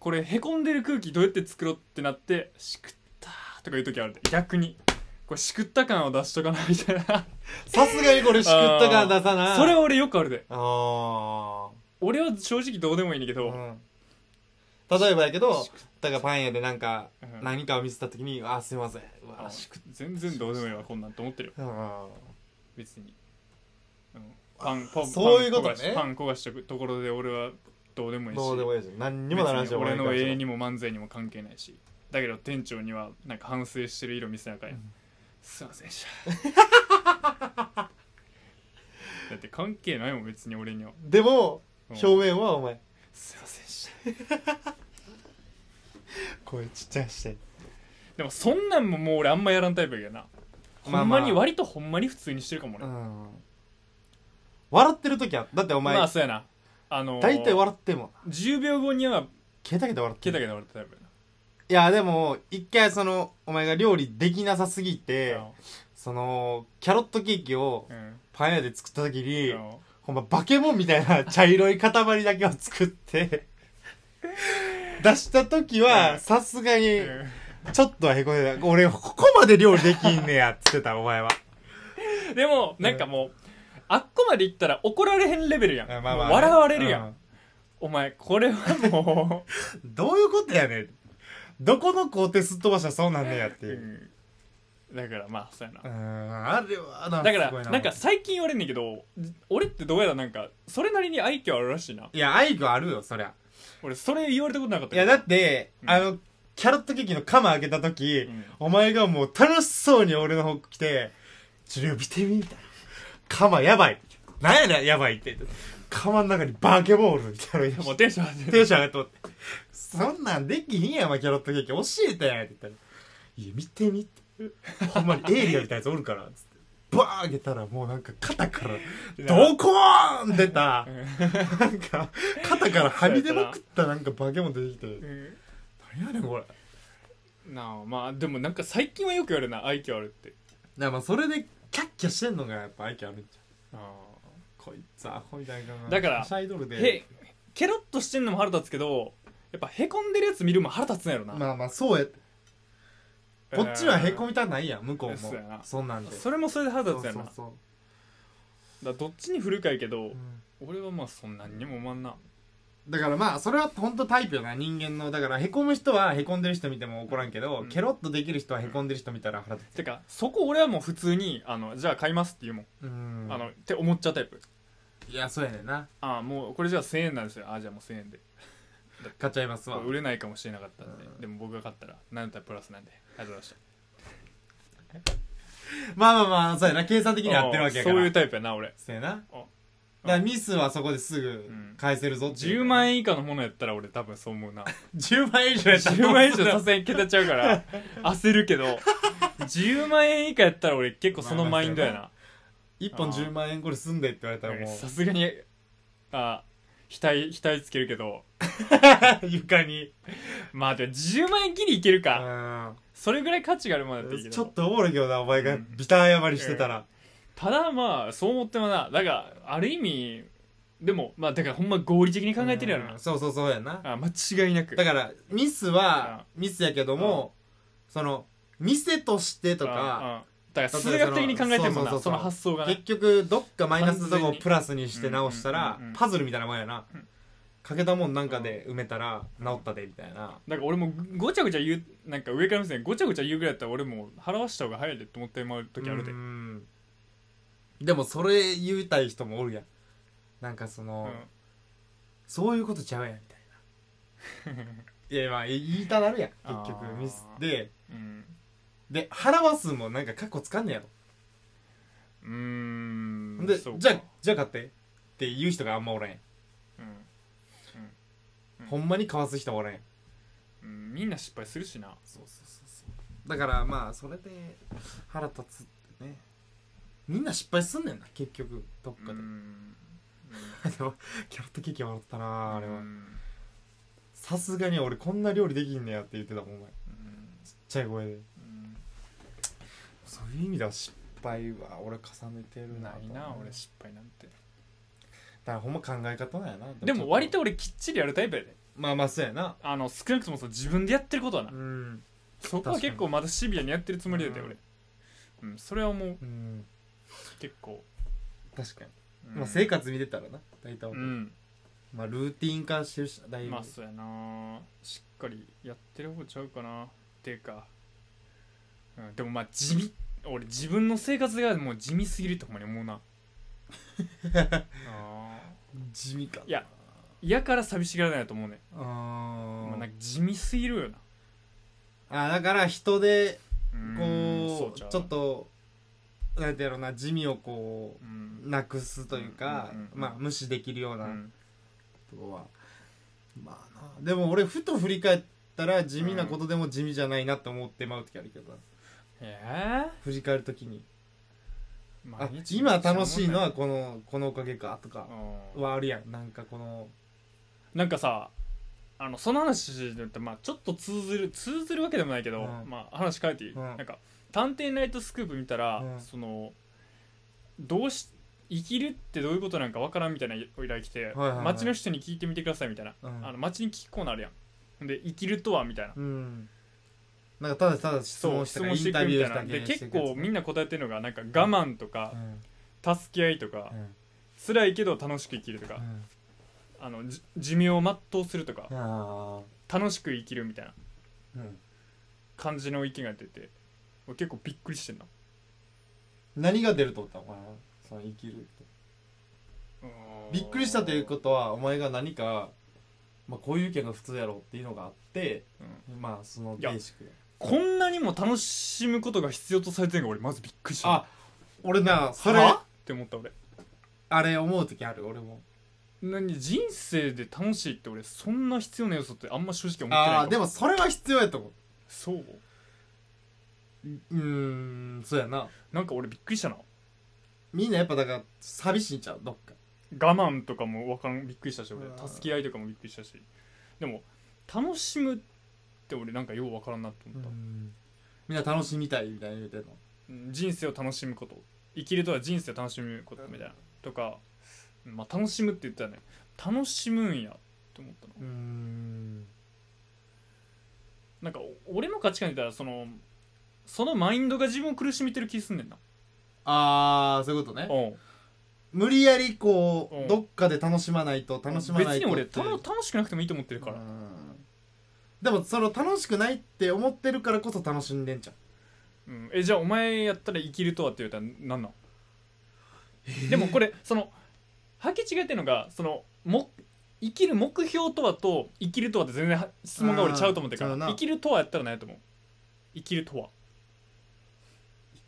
B: これへこんでる空気どうやって作ろうってなってしくったとか言う時あるで逆にこれしくった感を出しとかないみたいな
A: さすがにこれしくった感出さな
B: それ
A: を
B: 俺よくあるで
A: あ
B: 俺は正直どうでもいいねんだけ
A: あ、
B: ど、
A: うん、例えばやけどだからパン屋でなんか
B: うん
A: 何かを見せた時に「あーすいませんう
B: あ
A: わしくっ
B: 全然どうでもいいわこんなんと思ってるよ
A: たうん
B: 別に、うん、パンパン
A: そういうことね
B: パン焦がしパン焦がしたところで俺はどうでもいいし
A: どうでもいいじゃん何にもならんし
B: 別に俺の永遠
A: に
B: にも漫才にも関係ないしだけど店長にはなんか反省してる色見せなあかんやん、すいませんでした [laughs] だって関係ないもん別に俺には、
A: でも
B: うん
A: 表面はお前
B: すいませんでした
A: 声ちっちゃいして
B: でもそんなんももう俺あんまやらんタイプやけどなほん
A: まあま
B: ま
A: あ
B: に割とほんまに普通にしてるかも俺、
A: うん笑ってる時はだってお前
B: まあそうやなあのー
A: 大体笑っても
B: 10秒後には
A: 消えたけど笑って
B: ケタ
A: る
B: ケタ笑ってたタイプやない
A: やでも一回そのお前が料理できなさすぎて
B: あの
A: そのキャロットケーキを
B: うん
A: パン屋で作った時に
B: あの
A: ほんまバケモンみたいな茶色い塊だけを
B: [laughs]
A: 作って出した時
B: うん
A: はさすがに
B: うん
A: ちょっとはへこんでた俺ここまで料理できんねやっつってたお前は
B: でもなんかもうあっこまで行ったら怒られへんレベルやん、もう笑われるやん、お前これはも
A: うんどういうことやねんどこの工程すっ飛ばしたらそうなんねやって
B: う、
A: いううん
B: だからまあそうやな
A: うんあれはな
B: だか
A: すごい
B: らなんか最近言われんねんけど俺ってどうやらなんかそれなりに愛嬌あるらしいない
A: や愛があるよそりゃ
B: 俺それ言われたことなかった
A: い
B: けど
A: やだって、
B: うん
A: あのキャロットケーキの釜開けた時、
B: うん
A: お前がもう楽しそうに俺の方来て「ちょっと見てみ」みたいな「釜やばい」なんやねんやばい」って釜の中にバケボールみたいな
B: も
A: の
B: うテンション上がって
A: テンション上がって思って「そんなんできひんやんお前キャロットケーキ教えて」って言ったら「いや見てみ」ってほんまにエイリアンみたいなやつおるからっつって。バーン開けたらもうなんか肩からドコーン出たなんか肩からはみ出まくったなんかバケモン出てきて
B: る
A: 何やねんこれ
B: うんなあまあでもなんか最近はよく言われるな愛嬌あるって
A: だからまあそれでキャッキャしてんのがやっぱ愛嬌あるんじゃん
B: ああ
A: こいつアホみたいな
B: だから
A: シャイドルで
B: へケロッとしてんのも腹立つけどやっぱへこんでるやつ見るも腹立つんやろな、
A: まあまあそうやこっちはへこみたくないやん向こう
B: そうや
A: も
B: な
A: そんなんで
B: それもそれで腹
A: そう
B: 立つやんな
A: そうそう
B: だからどっちに振るかやけど、
A: うん
B: 俺はまあそんなんにも思わんな
A: だからまあそれは本当タイプよな人間のだからへこむ人はへこんでる人見ても怒らんけど、
B: うん
A: ケロッとできる人はへこんでる人見たら腹立つ
B: てかそこ俺はもう普通にあのじゃあ買いますって言うもん、
A: うん
B: あのって思っちゃうタイプ
A: いやそうやねんな
B: ああもうこれじゃあ1000円なんですよああじゃあもう1000円で
A: 買っちゃいますわ
B: 売れないかもしれなかったんで、
A: うん
B: でも僕が買ったら何だったらプラスなんでありがとうございました
A: まあまあまあそうやな計算的には合ってるわけやから
B: そういうタイプやな俺
A: そうやなだからミスはそこですぐ返せるぞっていう
B: 10万円以下のものやったら俺多分そう思う
A: [laughs]
B: な
A: 10万円以上やったら
B: 10万円以上さすがに桁ちゃうから焦るけど10万円以下やったら俺結構そのマインドやな
A: 1本10万円これ済んでって言われたらも
B: さすがにあ額額つけるけど
A: う [laughs] 床に
B: まあでも10万円ギリいけるか
A: うん
B: それぐらい価値があるものだっていいけど
A: ちょっとおもろいけどなお前がビタ謝りしてたら
B: ただまあそう思ってもなだからある意味でもまあだからほんま合理的に考えてるやろ
A: う
B: なん
A: そうそうそうやな
B: あ間違いなく
A: だからミスはミスやけどもその店としてとか
B: うんうんだから数学的に考えても
A: 例えばそのそうそうそ
B: な
A: う
B: その発想が
A: 結
B: ね
A: 局どっかマイナスのと
B: 完全
A: こ
B: に
A: プラスにして直した
B: うんうん
A: ら
B: うんうん
A: パズルみたいなもんやな
B: うん
A: 欠けたもんなんかで埋めたら直ったでみたいな
B: だから俺もごちゃごちゃ言うなんか上から見せてごちゃごちゃ言うぐらいだったら俺も払わした方が早いでって思ってまう時あるで
A: うんでもそれ言いたい人もおるやんなんかそのそういうことちゃうやんみたい [laughs] ないやまあ言いたなるやん
B: あー
A: 結局ミスで
B: うん
A: で払わすんもなんかカッコつかんねやろ
B: うーん
A: で
B: そうか
A: じゃあじゃあ買ってって言う人があんまおらんやん
B: うんうん
A: ほんまにかわす人はおらんやん
B: うんみんな失敗するしな
A: そうそうそうそうだからまあそれで腹立つってねみんな失敗すんねんな結局どっ
B: う
A: かで、
B: ん
A: [laughs] でもキャロットケーキ笑った
B: う
A: なんあれは
B: うん
A: さすがに俺こんな料理できんねやって言ってたもんお前ちっ
B: うん
A: ちゃい声で
B: うん
A: そういう意味では失敗は俺重ねてるな
B: ない
A: と
B: な
A: 思う
B: 俺失敗なんて
A: だからほんま考え方なんやな
B: でも割
A: ちょっ
B: と俺きっちりやるタイプやで
A: まあまあそうやな
B: あの少なくともその自分でやってることはな、
A: うん
B: そこは結構まだシビアにやってるつもりだよ俺うんそれはもう
A: うん
B: 結構、
A: 確かに、
B: うん
A: まあ生活見てたらな大体、
B: うん
A: まあルーティン化してるしだいぶ、
B: まあそうやなしっかりやってる方ちゃうかなっていうか、うん、でもまあ地味俺自分の生活がもう地味すぎるってほんまに思う
A: [laughs]
B: なあー
A: 地味か
B: いや嫌から寂しがらないと思うね、
A: うーん
B: もうなんか地味すぎるよな
A: あだから人で
B: うんそう
A: こう
B: ちゃう
A: ちょっとなんてやろうな地味をこ
B: う
A: うんなくすというか、
B: うんうんうん
A: まあ無視できるよう
B: う
A: な、
B: ん
A: とこはまあなでも俺ふと振り返ったら地味なことでも地味じゃないなって思ってまう時あるけどな
B: え
A: 振り返る時に
B: え
A: あ今楽しいのはこのこのおかげかとか
B: うん
A: はあるやんなんかこの
B: なんかさあのその話で言ってまあちょっと通ずる通ずるわけでもないけど、
A: うん
B: まあ話変えていい、
A: うん
B: なんか「探偵ナイトスクープ」見たら、
A: うん
B: そのどうし生きるってどういうことなんかわからんみたいなお依頼来て、
A: はいはい
B: 街の人に聞いてみてくださいみたいな、
A: うん
B: あの街に聞くコーナーあるやんほんで生きるとはみたいな、
A: うんなんかただただ質
B: そう
A: 問し
B: 質
A: たり
B: 問し
A: イ
B: て
A: ン
B: いく
A: タビ
B: み
A: ュ
B: たい
A: ーし
B: な
A: た
B: で
A: り
B: 結構み
A: なん
B: な答えてるのがなんか我慢とか
A: う、ん
B: 助け合いとか、
A: うん
B: 辛いけど楽しく生きるとか、
A: うん
B: あのじ寿命を全うするとか、
A: あ
B: 楽しく生きるみたいな
A: ーうん
B: 感じの意見が出て俺結構びっくりしてんな
A: 何が出ると思ったのかなその生きるってびっくりしたというこ、とはお前が何かまあこういう意見が普通やろっていうのがあって
B: うん
A: まあその
B: いや
A: ベーシックで
B: こんなにも楽しむことが必要とされてるのが俺まずびっくりした
A: あ俺なそれ
B: はって思った俺
A: あれ思う時ある俺も
B: 何人生で楽しいって俺そんな必要な要素ってあんま正直思ってない
A: あ
B: か
A: あーでもそれは必要やと思う
B: そう
A: うーんそうやな
B: なんか俺びっくりしたな
A: みんなやっぱだから寂しいんちゃうどっか
B: 我慢とかもわからんびっくりしたし俺
A: うん
B: 助け合いとかもびっくりしたしでも楽しむって俺なんかようわからんなって思った、
A: みんな楽しみたいみたいに言うてんの
B: 人生を楽しむこと生きるとは人生を楽しむことみたいなとか、まあ、楽しむって言ったらね楽しむんやって思ったの
A: うん
B: なんかお俺の価値観で言ったらそのそのマインドが自分を苦しめてる気すんねんな
A: ああそういうことね
B: うん
A: 無理やりこ
B: うん
A: うどっかで楽しまないと楽しまない
B: 別に
A: と
B: 俺
A: って
B: たの楽しくなくてもいいと思ってるから、
A: うんでもその楽しくないって思ってるからこそ楽しんでんじゃん
B: うんえじゃあお前やったら生きるとはって言うたら何なん、でもこれその履き違えてるのがそのも生きる目標とはと生きるとはって全然は質問が俺ちゃうと思ってるか
A: あーそうや
B: ら
A: な
B: 生きるとはやったら何やと思う生きるとは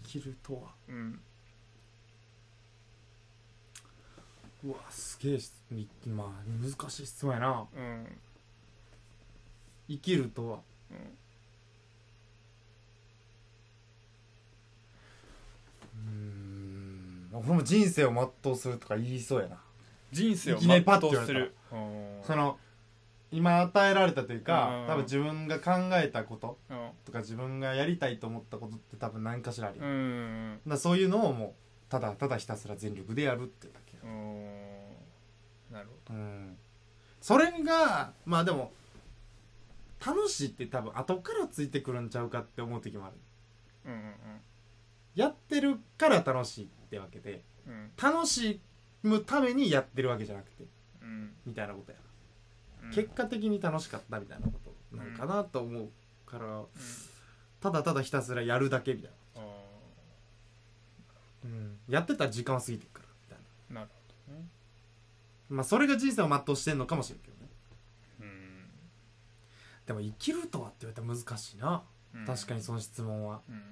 A: きるとは
B: うん
A: うわすげえ質みまあ難しい質問やな
B: うん
A: 生きるとは
B: うん
A: うーん俺も人生を全うするとか言いそうやな
B: 人生を
A: いきな
B: 全
A: りパッと
B: うす
A: 言わ
B: る
A: れ
B: うん
A: その今与えられたという
B: う
A: か
B: ん
A: 多分自分が考えたこと
B: うん
A: とか自分がやりたいと思ったことって多分何かしらあるよ、だか
B: うん
A: らそういうのをもうただただひたすら全力でやるってだけ
B: うんなるほ
A: うんそれがまあでも楽しいって多分後からついてくるんちゃうかって思う時もある
B: どうんうん
A: やってるから楽しいってわけで
B: うん
A: 楽しむためにやってるわけじゃなくて
B: うん
A: みたいなことやな、
B: うん
A: 結果的に楽しかったみたいなことなのかなと思うから、
B: うん
A: ただただひたすらやるだけみたい
B: あ
A: な、やってたら時間は過ぎてくからみたい
B: ーなるほどね
A: なまあそれが人生を全うしてんのかもしれんけどね
B: うん
A: でも生きるとはって言われたら難しいな、
B: うん
A: 確かにその質問は
B: うん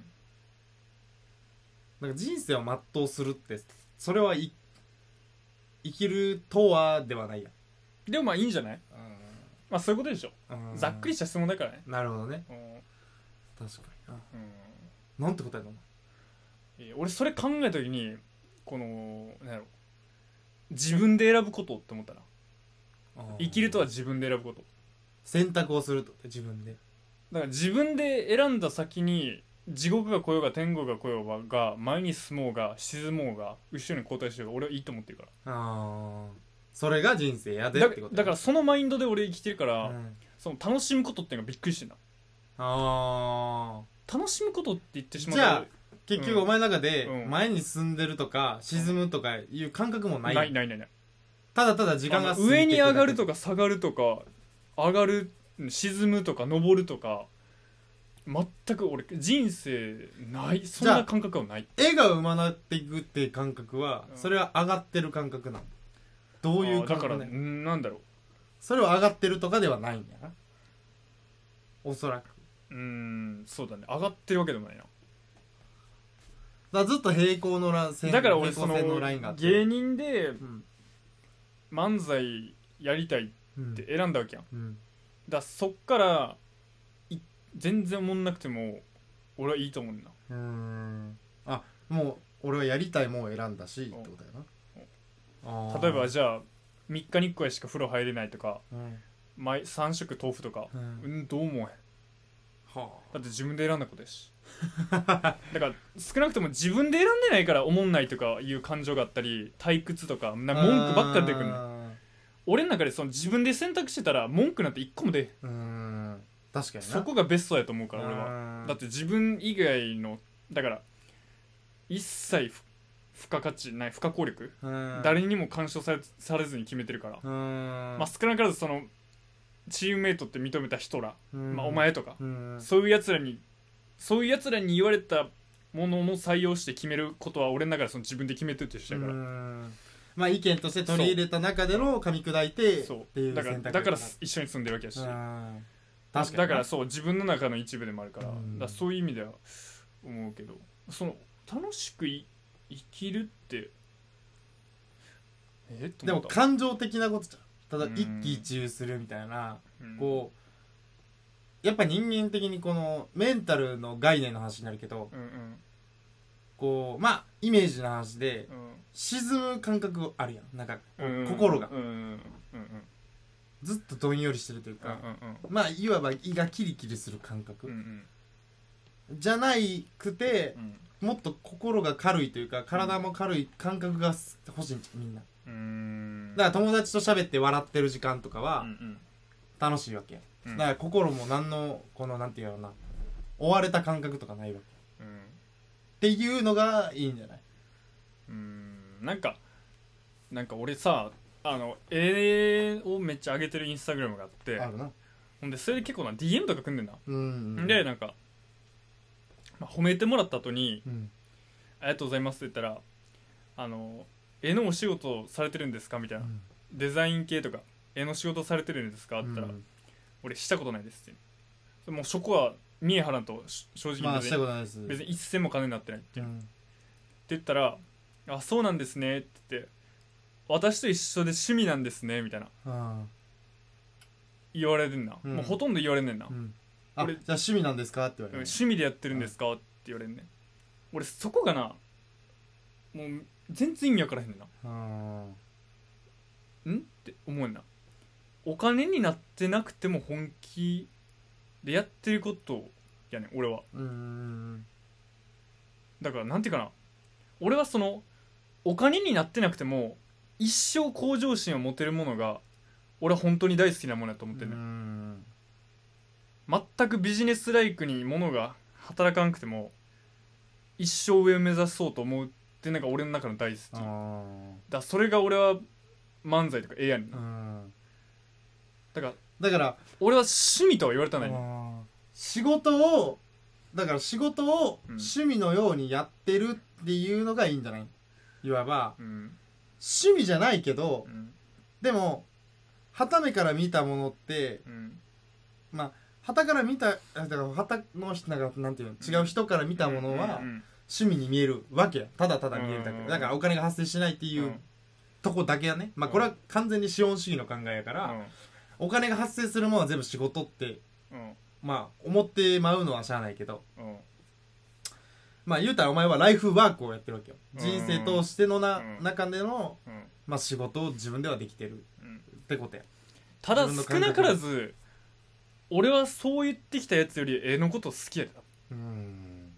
A: なんか人生を全うするってそれはい生きるとはではないや、
B: でもまあいいんじゃないまあそういうことでしょ
A: うん
B: ざっくりした質問だからね
A: なるほどね
B: うん
A: 確かにな
B: うん
A: なんて答えたの
B: えー俺それ考えた時にこのなんやろ自分で選ぶことって思ったな生きるとは自分で選ぶこと
A: 選択をすると自分で
B: だから自分で選んだ先に地獄が来ようが天国が来ようが前に進もうが沈もうが後ろに後退しようが俺はいいと思ってるか
A: ああそれが人生やで
B: ら
A: っ
B: だ
A: てこと
B: だからそのマインドで俺生きてるから、
A: うん
B: その楽しむことっていうのがびっくりしてんな
A: あ
B: 楽しむことって言ってしまう
A: じゃあ
B: と
A: あ結局お前の中で
B: うん
A: 前に進んでるとか沈むとかいう感覚もない
B: ないないないない
A: ただただ時間が
B: あの上に上がると
A: か
B: か下がるとか上がる沈むとか上るとか全く俺人生ないそん
A: じゃ
B: な
A: あ
B: 感覚はない
A: 絵が生まなっていくっていう感覚は
B: うん
A: それは上がってる感覚なのどうい
B: あ
A: う
B: だ
A: 感
B: から
A: 覚
B: う
A: ね
B: んなんだろ
A: それは上がってるとかではないんやなおそらく
B: ううんそうだね上がってるわけでもないな
A: だからずっと平行のラ線
B: だから俺
A: 平
B: そ
A: 行
B: の
A: 線のラインがあって
B: 芸人で
A: うん
B: 漫才やりたい
A: うん
B: って選んだわけやんだか
A: うん
B: らそっからい全然おもんなくても俺はいいと思うんだ
A: うーんあもう俺はやりたいもんを選んだしってことやなあー
B: 例えばじゃあ3日に1回しか風呂入れないとか
A: うん
B: 毎3食豆腐とか
A: う
B: うんんどう思うへん
A: は
B: だって自分で選んだことやし [laughs] だから少なくとも自分で選んでないから思んないとかいう感情があったり退屈とかな
A: あ
B: 文句ばっかり出てくるね
A: あ
B: 俺の中でその自分で選択してたら文句なんて一個も出へん
A: ーうーん確かにな
B: そこがベストやと思うから俺は
A: は
B: だって自分以外のだから一切ふ付加価値ない不可抗力、誰にも干渉されされずに決めてるから、
A: うーん
B: まあ、少なからずそのチームメイトって認めた人ら、
A: うん
B: まあ、お前とか
A: う、ん
B: そういうやつらにそういうやつらに言われたものも採用して決めることは俺の中でその自分で決めてると一緒やから、
A: うーんまあ意見として取り入れた中での噛み砕いてっ
B: そ
A: ていうう
B: だから
A: 選択
B: だから
A: になっ
B: 一緒に住んでるわけやし、
A: うん確かにな
B: だからそう自分の中の一部でもあるから,、
A: うん
B: だからそういう意味では思うけどその楽しくい生きるってえっと
A: で
B: 思
A: も
B: った
A: 感情的なことじゃんただ
B: うん
A: 一喜一憂するみたいな
B: うん
A: こうやっぱ人間的にこのメンタルの概念の話になるけど
B: うんうん
A: こうまあイメージの話で
B: うん
A: 沈む感覚あるやんなんか
B: うんうん
A: 心が
B: うんうんうんうん
A: ずっとどんよりしてるという
B: うん
A: か
B: うん
A: まあいわば胃がキリキリする感
B: うんう
A: 覚
B: ん
A: じゃないくて
B: うん
A: もっと心が軽いというか体も軽い感覚が欲しいんちゃうみんな
B: うん
A: だから友達と喋って笑ってる時間とか
B: う
A: は
B: んうん
A: 楽しいわけや
B: うん
A: だから心も何のこのなんていうのな追われた感覚とかないわけ
B: うん
A: っていうのがいいんじゃないう
B: ーんなんかなんか俺さあの絵をめっちゃ上げてるインスタグラムがあって
A: あるな
B: ほんでそれで結構な DM とか来んねんな、
A: うん
B: でなんか、まあ、褒めてもらった後に
A: うん
B: 「ありがとうございます」って言ったら「あの絵のお仕事されてるんですか?」みたいな、デザイン系とか「絵の仕事されてるんですか?」って言ったら、
A: うん
B: 俺したことないです」ってそれもうそこは見えはらんとし正直
A: まあ
B: 別に
A: したことないです
B: 別に一銭も金になってないって
A: う
B: いうって
A: ん
B: 言ったら「あそうなんですね」って言って「私と一緒で趣味なんですね」みたいな
A: うん
B: 言われてんな、
A: うん
B: もうほとんど言われんねんな、
A: うんあじ
B: 俺
A: ゃあ趣味なんですかって言われる
B: 趣味でやってるんですかって言われんねん俺そこがなもう全然意味わからへんねんな
A: うん
B: んって思うねんなお金になってなくても本気でやってることやねん俺は
A: うん
B: だからなんていうかな俺はそのお金になってなくても一生向上心を持てるものが俺は本当に大好きなものやと思ってんねん、
A: ん
B: 全くビジネスライクにものが働かなくても一生上を目指そうと思うってなんか俺の中の大好き
A: あー
B: だそれが俺は漫才とかええやねん
A: う
B: な、
A: ん
B: だから
A: だから
B: 俺は趣味とは言われたないねん
A: うん仕事をだから仕事を
B: うん
A: 趣味のようにやってるっていうのがいいんじゃないいわば
B: うん
A: 趣味じゃないけど
B: うん
A: でも旗目から見たものって
B: うん
A: 旗から見たあだから旗の人なんかなんていうの違う人から見たものは
B: うん
A: 趣味に見えるわけやただただ見えるだ
B: うんうんう
A: け
B: ん
A: だからお金が発生しないっていううんとこだけやねまあこれは完全に資本主義の考えやからお金が発生するものは全部仕事って
B: うん
A: まあ思ってまうのはしゃあないけど
B: うんうん
A: まあ言うたらお前はライフワークをやってるわけよ人生通してのな
B: うん
A: 中での
B: うん
A: まあ仕事を自分ではできてる
B: うん
A: ってことや
B: ただ
A: 自分の
B: 少
A: 感覚
B: なからず俺はそう言ってきたやつより絵のこと好きやで
A: うん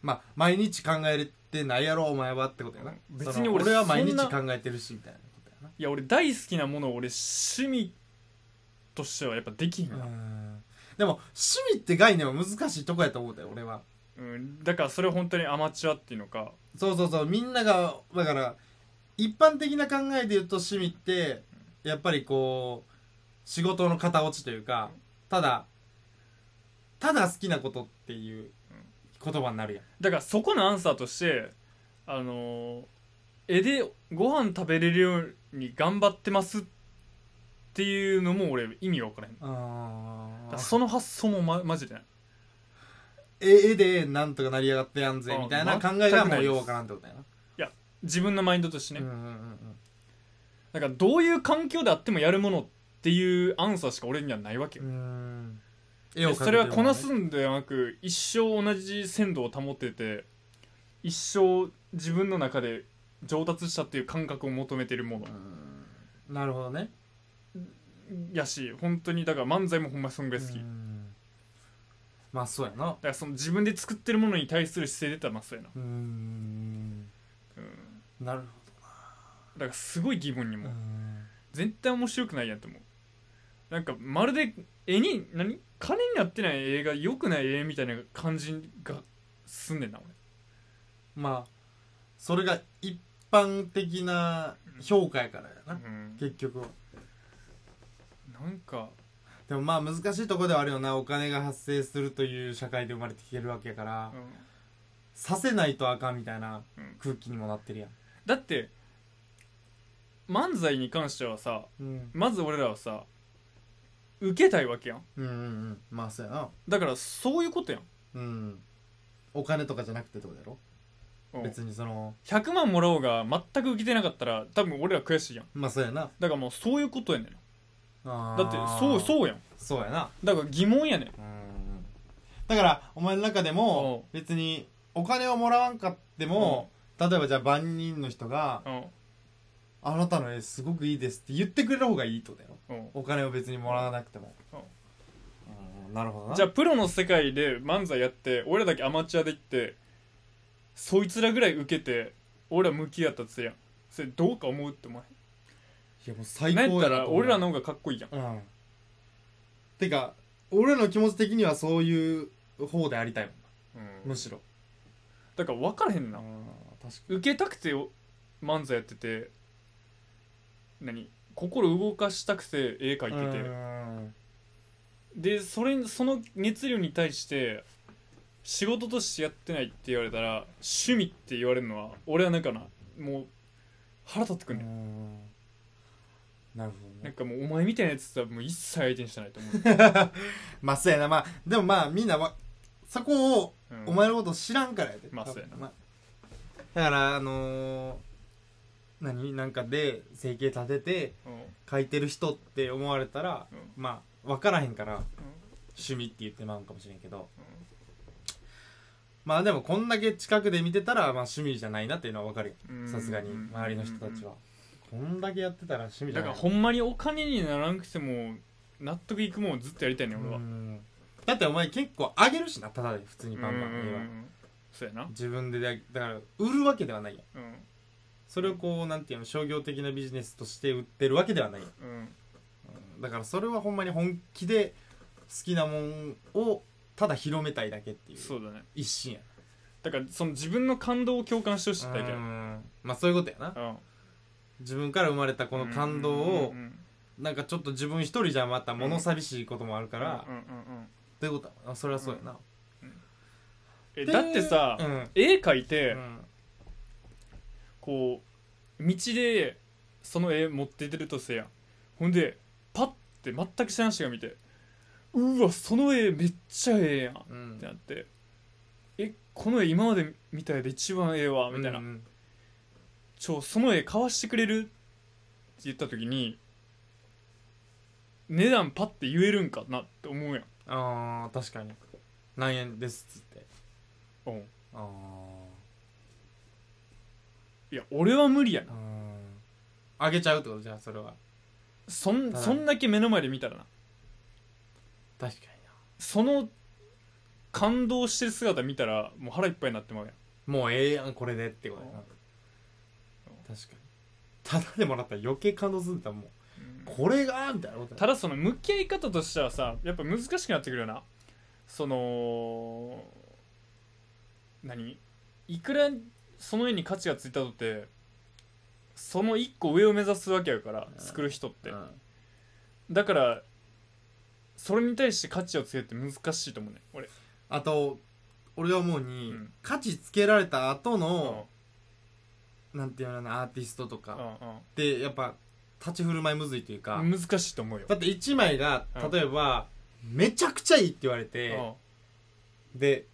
A: まあ毎日考えてないやろお前はってことやな
B: 別に
A: その
B: 俺
A: は毎
B: そ
A: 日
B: んな
A: 考えてるしみたいなことやない
B: や俺大好きなものを俺趣味としてはやっぱできひんわ
A: うんでも趣味って概念は難しいとこやと思うだよ俺は
B: うん、だからそれは本当にアマチュアっていうのか
A: そうそうそうみんながだから一般的な考えで言うと趣味ってやっぱりこう仕事の型落ちというかただただ好きなことっていう言葉になるやん
B: だからそこのアンサーとしてあのー絵でご飯食べれるように頑張ってますっていうのも俺意味が分からへんだからその発想も、ま、マジでない
A: 絵絵でなんとか成り上がってやんぜ
B: あ
A: みたいな
B: 全
A: 考
B: く
A: え
B: な
A: がも
B: いうです
A: ようわからんってことやな
B: 自分のマインドとしてね、
A: うんうんうん
B: だからどういう環境であってもやるものっていうアンサーしか俺にはないわけ
A: う
B: よ、
A: ん絵を描く
B: それはこなす
A: うん
B: ではなく一生同じ鮮度を保ってて一生自分の中で上達したっていう感覚を求めてるもの
A: んなるほどね
B: やし本当にだから漫才もほんまそんぐらい好き、
A: う
B: だか
A: んまあそうやな
B: らその自分で作ってるものに対する姿勢で言ったらまあそうやな、
A: うん
B: うん
A: なるほ
B: だからすごい疑問に
A: ど
B: も、絶対面白くないやんって思うなんかまるで絵に何金になってない映画良くない絵みたいな感じがすんねんな俺
A: まあそれが一般的な評価やからやな、
B: うん
A: 結局は
B: なんか
A: でもまあ難しいとこではあるよなお金が発生するという社会で生まれてきてるわけやから、
B: うん
A: させないとあかんみたいな
B: うん
A: 空気にもなってるやん、
B: だって漫才に関してはさ
A: うん、
B: まず俺らはさ受けたいわけやん
A: うんうんうんまあそうやな
B: だからそういうことやん、
A: うんお金とかじゃなくてってことやろ、
B: うん
A: 別にその
B: 100万もらおうが全く受けてなかったら多分俺ら悔しいやん
A: まあそうやな
B: だからもうそういうことやねん
A: あ
B: だ
A: ー
B: ってそうそうやん
A: そうやな
B: だから疑問やねん
A: うんだからお前の中でも別にお金をもらわんかっても、例えばじゃあ万人の人が
B: うん
A: 「あなたの絵すごくいいです」って言ってくれる方がいいとだよ
B: うん
A: お金を別にもらわなくても
B: う、
A: うんなるほどな
B: じゃあプロの世界で漫才やって俺らだけアマチュアで行ってそいつらぐらい受けて俺ら向き合ったつやんそれどうか思うって思わ
A: いやもう
B: へ
A: 最
B: んなんやっ
A: 高
B: た
A: や
B: ら
A: と思う
B: 俺らの方がかっこいいやん
A: うんてか俺らの気持ち的にはそういう方でありたいもんなむしろ
B: だから分からへんな
A: あ確か
B: 受けたくて漫才やってて何心動かしたくて絵描いててでそれその熱量に対して仕事としてやってないって言われたら趣味って言われるのは俺はなんかなもう腹立ってくんねん
A: ん
C: なるほど
B: なん
C: ね
B: かもうお前みたいなやつとはもう一切相手にしてないと思う、
A: [laughs] まあそうやなまあでもまあみんなわそこを
B: うん
A: お前のこと知らんからやで、
B: まあそうやな
A: あだからあのー何なんかで整形立てて
B: うん
A: 書いてる人って思われたら、
B: う
A: まあ分からへんから趣味って言ってまうんかもしれんけどまあでもこんだけ近くで見てたら、まあ、趣味じゃないなっていうのは分かる
B: うん
A: よさすがに周りの人たちはこんだけやってたら趣味じ
B: だ
A: ゃ
B: か
A: な
B: ら
A: い
B: ほんまにお金にならなくても納得いくもんをずっとやりたいね俺は
A: うんだってお前結構あげるしなただで普通にバンバン
B: うんうん
A: 絵
B: う
A: は
B: んそうやな
A: 自分でだだから売るわけではないやん
B: うん
A: それをこうなんていうの商業的なビジネスとして売ってるわけではないやん
B: うん
A: だからそれはほんまに本気で好きなもんをただ広めたいだけっていう
B: そうだね
A: 一心やな
B: だからその自分の感動を共感してほしいだけ
A: う
B: や
A: んまあそういうことやな
B: うん
A: 自分から生まれたこの感動を
B: うんうん
A: なんかちょっと自分一人じゃまた物寂しいこともある
B: う
A: か
B: ん
A: ら
B: うんうんうん
A: ということはあそれはそうやな
B: え
A: で
B: だってさ
A: うん
B: 絵描いて
A: うん
B: こう道でその絵持って出るとせやほんでパッて全く知らん人が見て「うわその絵めっちゃええやん」っ
A: うん
B: てなって「えこの絵今まで見た絵で一番ええわ」みたいな
A: うんうん
B: 「ちょその絵買わしてくれる?」って言った時に値段パッて言えるんかなって思うやん、
A: あー確かに何円ですっつって
B: うん、
A: あ
B: いや俺は無理や
A: ーう
B: なん
A: あげちゃうってことじゃあそれは
B: そん
A: ただ
B: そんだけ目の前で見たらな
A: 確か
B: その感動してる姿見たらもう腹いっぱいになってまうやん
A: になもうええやんこれでってことやな確かにただでもらったら余計感動するんだもうこれがみたいなこと
B: た
A: だ
B: だその向き合い方としてはさやっぱ難しくなってくるよなその何いくらその絵に価値がついたとてその一個上を目指すわけやから
A: うん
B: 作る人っ
A: う
B: て
A: ん
B: だからそれに対して価値をつけるって難しいと思うね俺
A: あと俺は思うに、
B: うん
A: 価値つけられた後
B: うん
A: の、なんていうのかなアーティストとか、
B: う
A: でやっぱ立ち振る舞いむずいというか、
B: んうん難しいと思うよ
A: だって1枚が
B: うん
A: 例えば、めちゃくちゃいいって言われ
B: う
A: て、
B: ん
A: で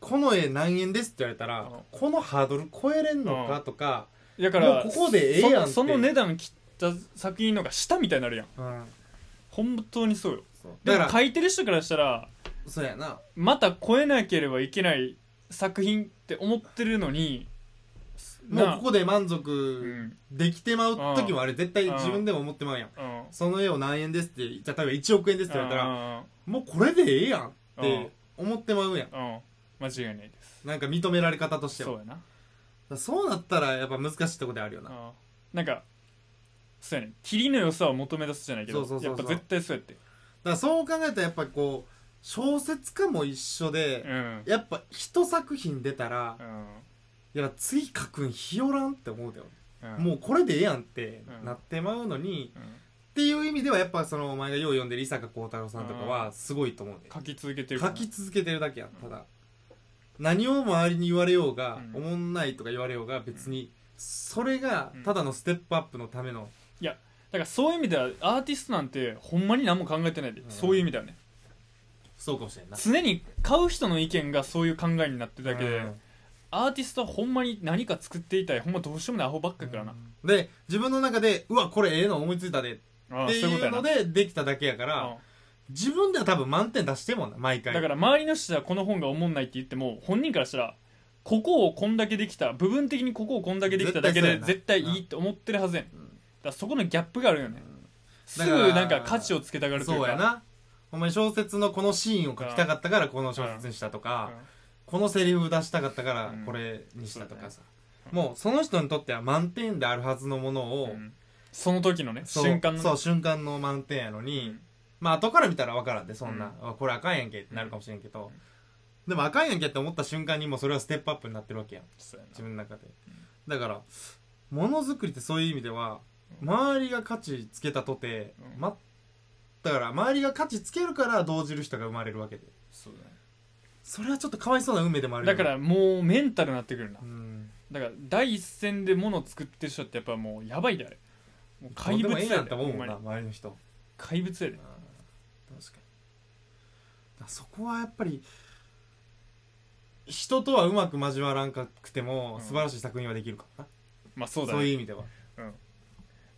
A: この絵何円ですって言われたら、
B: うん
A: このハードル超えれんのかとか、
B: だから
A: もうここでええやんって
B: そその値段切った作品のが下みたいになるやん
A: うん
B: 本当にそうよ
A: そう
B: で
A: だ
B: も
A: から
B: 書いてる人からしたら
A: そうやな
B: また超えなければいけない作品って思ってるのに
A: もう
B: な
A: ここで満
B: う
A: 足
B: ん
A: できてまう時もあれ絶対
B: うん
A: 自分でも思ってまうやん
B: うん
A: その絵を何円ですってじゃあ例えば1億円ですって言われたら
B: ら
A: もうこれでええやんっ
B: う
A: て思ってまうやん
B: うん間違いないです
A: なんか認められ方としては
B: そう
A: だか
B: やな
A: らそうなったらやっぱ難しいとこであるよ
B: う
A: なん
B: なんかそうやね霧の良さを求め出すじゃないけど
A: そうそうそうそ
B: やっ
A: う
B: ぱ絶対そうやって
A: だからそう考えたらやっぱこう小説家も一緒
B: う
A: で、
B: ん
A: やっぱ一作品出たら
B: う、ん
A: やっぱ次書くんひよらんって思うだよ、
B: うん
A: もうこれでええやんって
B: うん
A: なってまうのに、
B: うん
A: っていう意味ではやっぱそのお前がよう読んでる伊坂幸太郎さんとか
B: う
A: はすごいと思うね、
B: 書き続けてる
A: 書き続けてるだけやんただ何を周りに言われようが、
B: うん
A: おもんないとか言われようが別にそれがただのステップアップのための、
B: だからそういう意味ではアーティストなんてほんまに何も考えてないで、
A: うん
B: そういう意味だよね
A: そうかもしれんな
B: 常に買う人の意見がそういう考えになってるだけで、
A: うん
B: アーティストはほんまに何か作っていたいほんまどうしようもないアホばっかやからな、
A: で自分の中でうわこれええの思いついたでっ
B: ああ
A: て
B: そういうこ
A: い
B: とや
A: う
B: な
A: のでできただけやか
B: う
A: ら
B: ん
A: 自分では多分満点出してんもんな毎回
B: だから周りの人はこの本が思んないって言っても本人からしたらここをこんだけできた部分的にここをこんだけできただけで絶
A: 絶
B: 対
A: 対そうやない
B: いって思ってるはずやねん、
A: う
B: だ
A: ん
B: からそこのギャップがあるよね、す
A: だ
B: ぐ
A: から
B: なんか価値をつけたがるという
A: そ
B: か
A: うやなお前小説のこのシーンを書きたかったからこの小説にしたと
B: うん
A: か、このセリフ出したかったから
B: うん
A: これにしたとかさ、
B: うん
A: もうその人にとっては満点であるはずのものを、
B: うんその時のね
A: そう
B: 瞬間のね
A: そう瞬間の満点やのに、まあ後から見たら分からんでそんな、あこれあかんやんけってなるかもしれんけど、でもあかんやんけって思った瞬間にもうそれはステップアップになってるわけやん
B: そうやな
A: 自分の中で、だからものづくりってそういう意味では周りが価値つけたとて、
B: うん
A: ま、だから周りが価値つけるから動じる人が生まれるわけで
B: そうだね
A: それはちょっとかわいそうな運命でもある
B: だ
A: よね
B: からもうメンタルになってくるな
A: うん
B: だから第一線で物を作ってる人ってやっぱもうやばいであれもう
A: 怪
B: 怪
A: 物
B: 物
A: ええ
B: や
A: やんっ
B: で
A: て思うもんな
B: ほんまに
A: 周りの人
B: 怪物やで
A: 確かにだそこはやっぱり人とはうまく交わらんかくても、
B: うん
A: 素晴らしい作品はできるからな
B: まあそうだ
A: そういう
B: ね
A: 意味では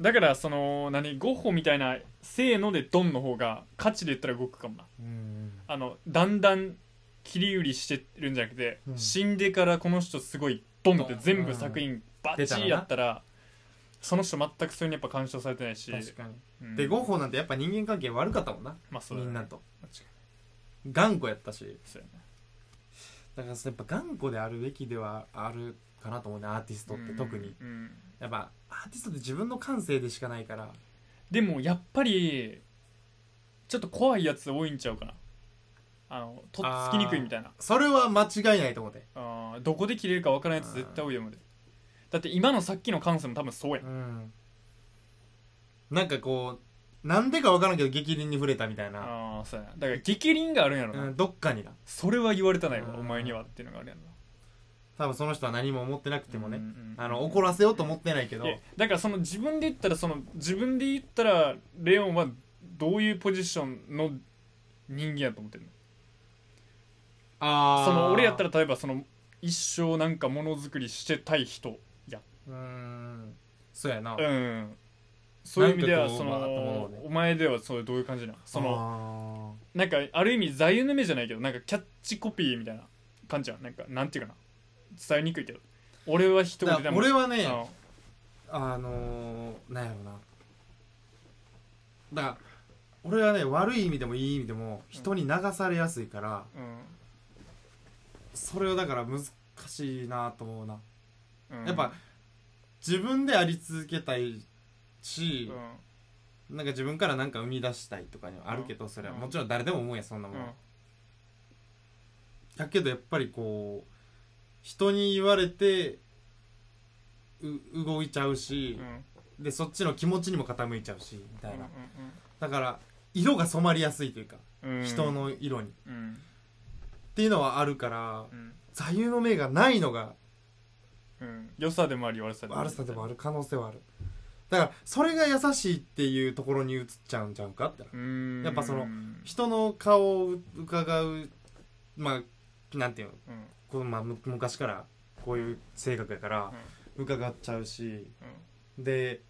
B: だからその何ゴッホみたいな「せーの」で「ドン」の方が価値で言ったら動くかもな
A: うん
B: あのだんだん切り売りしてるんじゃなくて、
A: うん
B: 死んでからこの人すごいドンって全部作品バッチリやったら、その人全くそれにやっぱ干渉されてないし
A: 確かに、
B: うん
A: でゴッホなんてやっぱ人間関係悪かったもんな
B: まあそうだ
A: み
B: ね
A: んなと
B: 間違いない
A: 頑固やったし
B: そうやね
A: だからやっぱ頑固であるべきではあるかなと思うねアーティストって特に
B: うんうん
A: やっぱアーティストって自分の感性でしかないから
B: でもやっぱりちょっと怖いやつ多いんちゃうかなあのとっつきにくいみたいな
A: それは間違いないと思うで
B: あーどこで切れるか分からんやつ絶対多いと思うでだって今のさっきの感性も多分そうやん
A: うんなんかこうなんでか分からんけど逆鱗に触れたみたいな、
B: ああそうやなだから激鱗があるんやろな、
A: うん、どっかにな
B: それは言われたない
A: うん
B: わお前にはっていうのがあるやんな
A: 多分その人は何も思ってなくてもね、
B: うんうん
A: あの怒らせようと思ってないけど
B: いやだからその自分で言ったらその自分で言ったらレオンはどういうポジションの人間やと思ってるの
A: あー
B: その俺やったら例えばその一生なんかものづくりしてたい人や
A: うーんそうやな、
B: うんそういう意味では
A: なん
B: そ
A: かこうまあ頭
B: の
A: をね
B: お前ではそれどういう感じなのその
A: の
B: なんかある意味座右の銘じゃないけどなんかキャッチコピーみたいな感じやんなんかなんていうかな伝えにくいけど俺は一言でも
A: 俺は
B: う
A: ね、
B: ん
A: あのー、なんやろなだから俺はね悪い意味でもいい意味でも人に流されやすいから、
B: うん
A: それはだから難しいなと思うな、
B: うん
A: やっぱ自分であり続けたいし
B: う、ん
A: なんか自分からなんか生み出したいとかにはあるけど、それは
B: うん
A: もちろん誰でも思うやんそんなも、
B: うんん
A: だけどやっぱりこう人に言われてう動いちゃうし
B: う、ん
A: でそっちの気持ちにも傾いちゃうしみたいな、
B: う
A: だから色が染まりやすいというか、
B: んうんうん
A: 人の色にっ
B: うん
A: ていうのはあるから
B: うん
A: 座右の銘がないのが
B: うん良さでもあり悪さでもあり
A: 悪さでもある可能性はあるだからそれが優しいっていうところに移っちゃうんちゃうかってな
B: うん
A: やっぱそ
B: う
A: の
B: ん
A: 人の顔を伺うまあなんていうの
B: うん
A: この、まあ、む昔からこういう性格やから伺っちゃうしで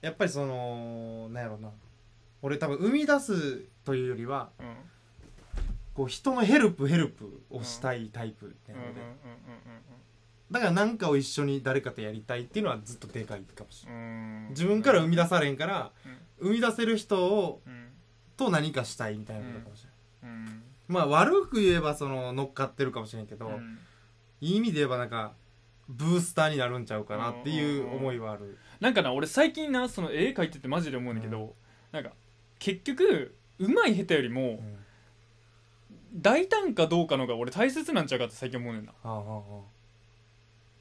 A: やっぱりそのなんやろな俺多分生み出すというよりは
B: うんうん
A: こう人のヘルプヘルプをしたいタイプな
B: うんうんうん
A: ので、
B: う
A: だから何かを一緒に誰かとやりたいっていうのはずっとでかいかもしれない、
B: んうん
A: 自分から生み出されんから、生み出せる人を
B: うん
A: と何かしたいみたいなことかもしれない、
B: うん
A: まあ悪く言えばその乗っかってるかもしれんけど、
B: うん
A: いい意味で言えばなんかブースターになるんちゃうかなっていう思いはある、
B: なんかな俺最近なその絵描いててマジで思うんだけど、なんか結局うまい下手よりも
A: うん
B: 大胆かどうかの方が俺大切なんちゃうかって最近思うねんな
A: はあはあはあ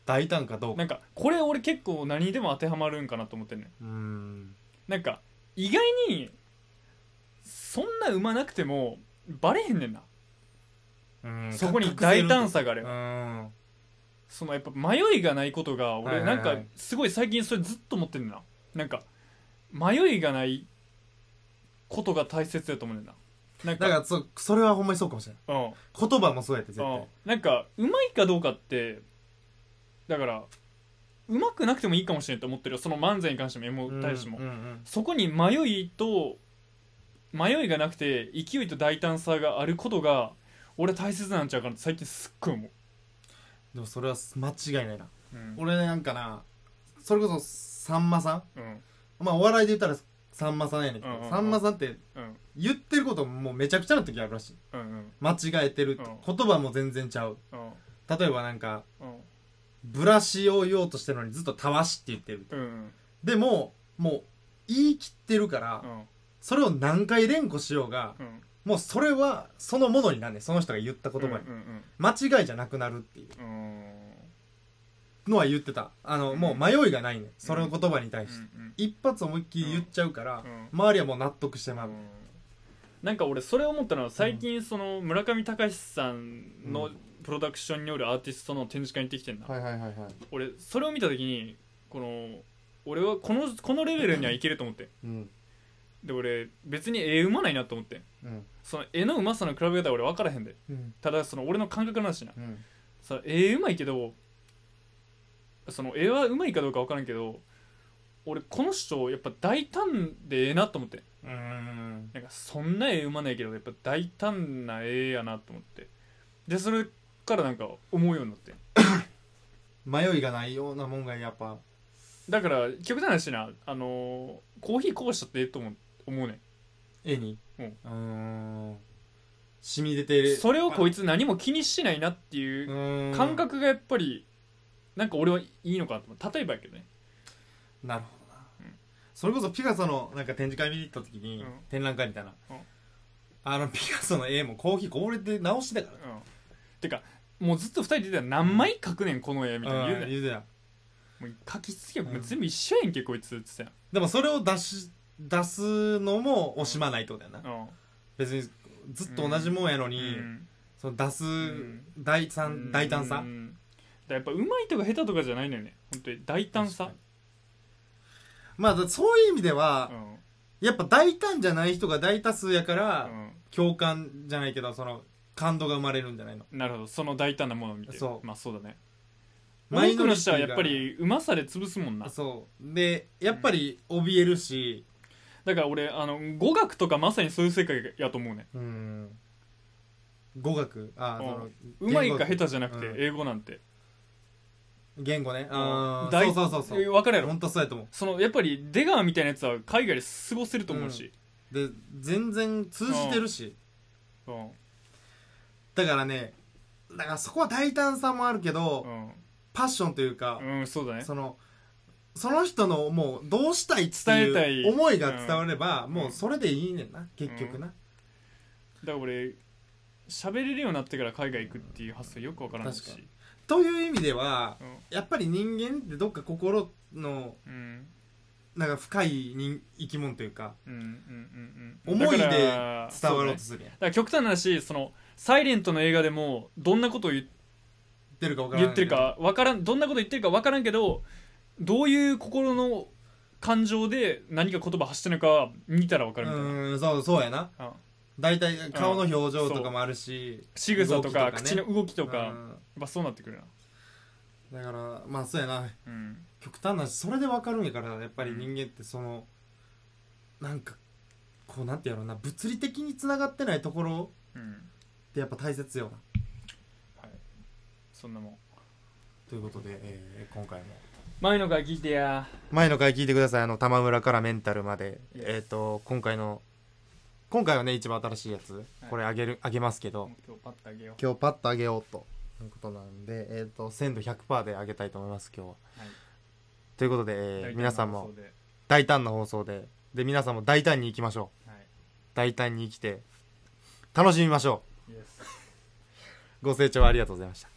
A: 大胆かどうか
B: なんかこれ俺結構何にでも当てはまるんかなと思ってんねん
A: うーん
B: なんか意外にそんなうまなくてもバレへんねんな
A: うん
B: そこに大胆さがあ
A: う
B: れば
A: ん
B: そのやっぱ迷いがないことが
A: は
B: 俺
A: いは
B: ないん
A: はい
B: かすごい最近それずっと思ってんねんななんか迷いがないことが大切だと思うねんななん
A: だからそそれはほんまにそうかもしれない
B: うん
A: 言葉もそうやって絶
B: うん
A: 対、
B: なんかうまいかどうかってだからうまくなくてもいいかもしれんと思ってるよその漫才に関しても M 対しても、
A: うんうんうん
B: そこに迷いと迷いがなくて勢いと大胆さがあることが俺大切なんちゃうかなって最近すっごい思う、
A: でもそれは間違いないな
B: うん
A: 俺ねなんかなそれこそさんまさん
B: うん
A: まあお笑いで言ったらさんまさんやねんけど、
B: うんうんうん
A: さんまさんって
B: うん
A: 言ってることももうめちゃくちゃな時あるらしい
B: うんうん
A: 間違えてるって、
B: うん
A: 言葉も全然ちゃう
B: うん
A: 例えばなんか
B: うん
A: ブラシを言おうとしてるのにずっとたわしって言ってる
B: うんうん
A: でももう言い切ってるから、
B: うん
A: それを何回連呼しようが
B: うん
A: もうそれはそのものになんねんその人が言った言葉に、
B: うんうん
A: 間違いじゃなくなるっていう
B: うんうん
A: のは言ってたあの、
B: うん
A: もう迷いがないねんそれの言葉に対して、
B: うん
A: 一発思いっきり言っちゃうから、
B: うん
A: 周りはもう納得してまう、
B: なんか俺それ思ったのは最近その村上隆さんのプロダクションによるアーティストの展示会に行ってきてんだ、
D: はいはいはいはい
B: 俺それを見た時にこの俺はこのこのレベルにはいけると思って
A: うん
B: で俺別に絵うまないなと思って
A: うん
B: その絵のうまさの比べ方は俺分からへんで
A: うん
B: ただその俺の感覚の話な
A: うん
B: その絵うまいけどその絵はうまいかどうか分からんけど俺この人やっぱ大胆でええなと思って
A: うん
B: なんかそんな絵うまないけどやっぱ大胆な絵やなと思ってでそれからなんか思うようになって
A: 迷いがないようなもんがやっぱ
B: だから極端な話なあのーコーヒーこぼしちゃってええと思う思うね
A: 絵に
B: うん
A: うん染み出て
B: ん
A: る
B: それをこいつ何も気にしてないなっていう感
A: 感
B: 覚がやっぱりなんか俺はいいのかなと思う例えばやけどね
A: なるほどな、
B: うん
A: それこそピカソのなんか展示会見に行った時に、
B: うん
A: 展覧会みたいな、
B: うん
A: あのピカソの絵もコーヒーこぼれて直してたか
B: うんてかもうずっと2人で言ってたら何枚描くねんこの絵みたい
A: ら
B: な言う
A: う
B: ね
A: ん
B: ん
A: 言うてた
B: もう描きすぎやもううん全部一緒やんけこいつっつってた
A: でもそれを出し出すのも惜しまないってことやな、
B: やん
A: 別にずっと同じもんやの
B: う
A: に、
B: ん
A: その出す
B: ん
A: 大胆,、大胆さ、
B: うんだからやっぱうまいとか下手とかじゃないのよね本当に大胆さ
A: 確かにまあだそういう意味で
B: う
A: は、
B: ん
A: やっぱ大胆じゃない人が大多数やから、
B: う
A: 共感じゃないけどその感動が生まれるんじゃないの
B: んなるほどその大胆なものを見て
A: そう
B: まあそうだね
A: マ
B: マ
A: イ
B: イ
A: ノ
B: ク
A: リ
B: の
A: ティ
B: 人
A: が
B: はやっぱりうまさで潰すもんな
A: そうでやっぱり怯えるし、
B: だから俺あの語学とかまさにそういう世界やと思うね
A: うん語学
B: うん
A: ああその
B: うまいか下手じゃなく
A: う
B: て
A: ん
B: 英語なんて
A: 言語ねああ
B: 大
A: そうそうそうそう
B: 分かるやろ
A: 本当そうやと思
B: そのやっぱり出川みたいなやつは海外で過ごせると思うし、
A: うで全然通じてるし
B: うんうん
A: だからねだからそこは大胆さもあるけど、パッションというか、
B: うん、そうだね
A: そのその人のもうどうしたいって
B: 伝えた
A: い
B: いう
A: 思いが伝われば、
B: ん
A: もうそれでいいねんな結局な、
B: だから俺喋れるようになってから海外行くっていう発想よくわからないし
A: 確かという意味では
B: うん
A: やっぱり人間ってどっか心の
B: うん
A: なんか深い人生き物というか
B: うんうんうんうん
A: 思いで
B: だ
A: 伝
B: から
A: わ
B: そう
A: ろ
B: ね
A: うとするやん
B: だから極端な話そのサイレントの映画でもどんなことを言
A: 言ってるか分からん
B: 言ってるかわからんどんなこと言ってるかわからんけどどういう心の感情で何か言葉発してるのかは見たらわか
A: う
B: るみたいな、
A: んそうそうやな
B: うん
A: 大体顔の表情とかもあるし
B: 仕草とか
A: 動きとかね
B: 口の動きとか、
A: う
B: や
A: ん
B: っぱそうなってくるな
A: だからまあそうやな
B: うん
A: 極端なそれで分かるんやからやっぱり人間ってそのなんかこうなんてやろうな物理的につながってないところ
B: うん
A: ってやっぱ大切よな
B: はいそんなもん
A: ということで、えー今回も
B: 前の回聞いてや
A: 前の回聞いてくださいあの玉村からメンタルまで、
B: Yes.
A: えっ、と今回の今回はね一番新しいやつ、これあげるあげますけど
B: 今日パッとあげよ
A: 今日パッとあげようということなんで、えー、と鮮度100%であげたいと思います今日は
B: う、はい
A: ということで、
B: 大
A: えー
B: 体の
A: 皆さん
B: 放
A: も
B: 送で
A: 大胆な放送でで皆さんも大胆に行きましょ
B: は
A: う大胆に生きて楽しみましょ
B: い Yes
A: うご清聴ありがとうございました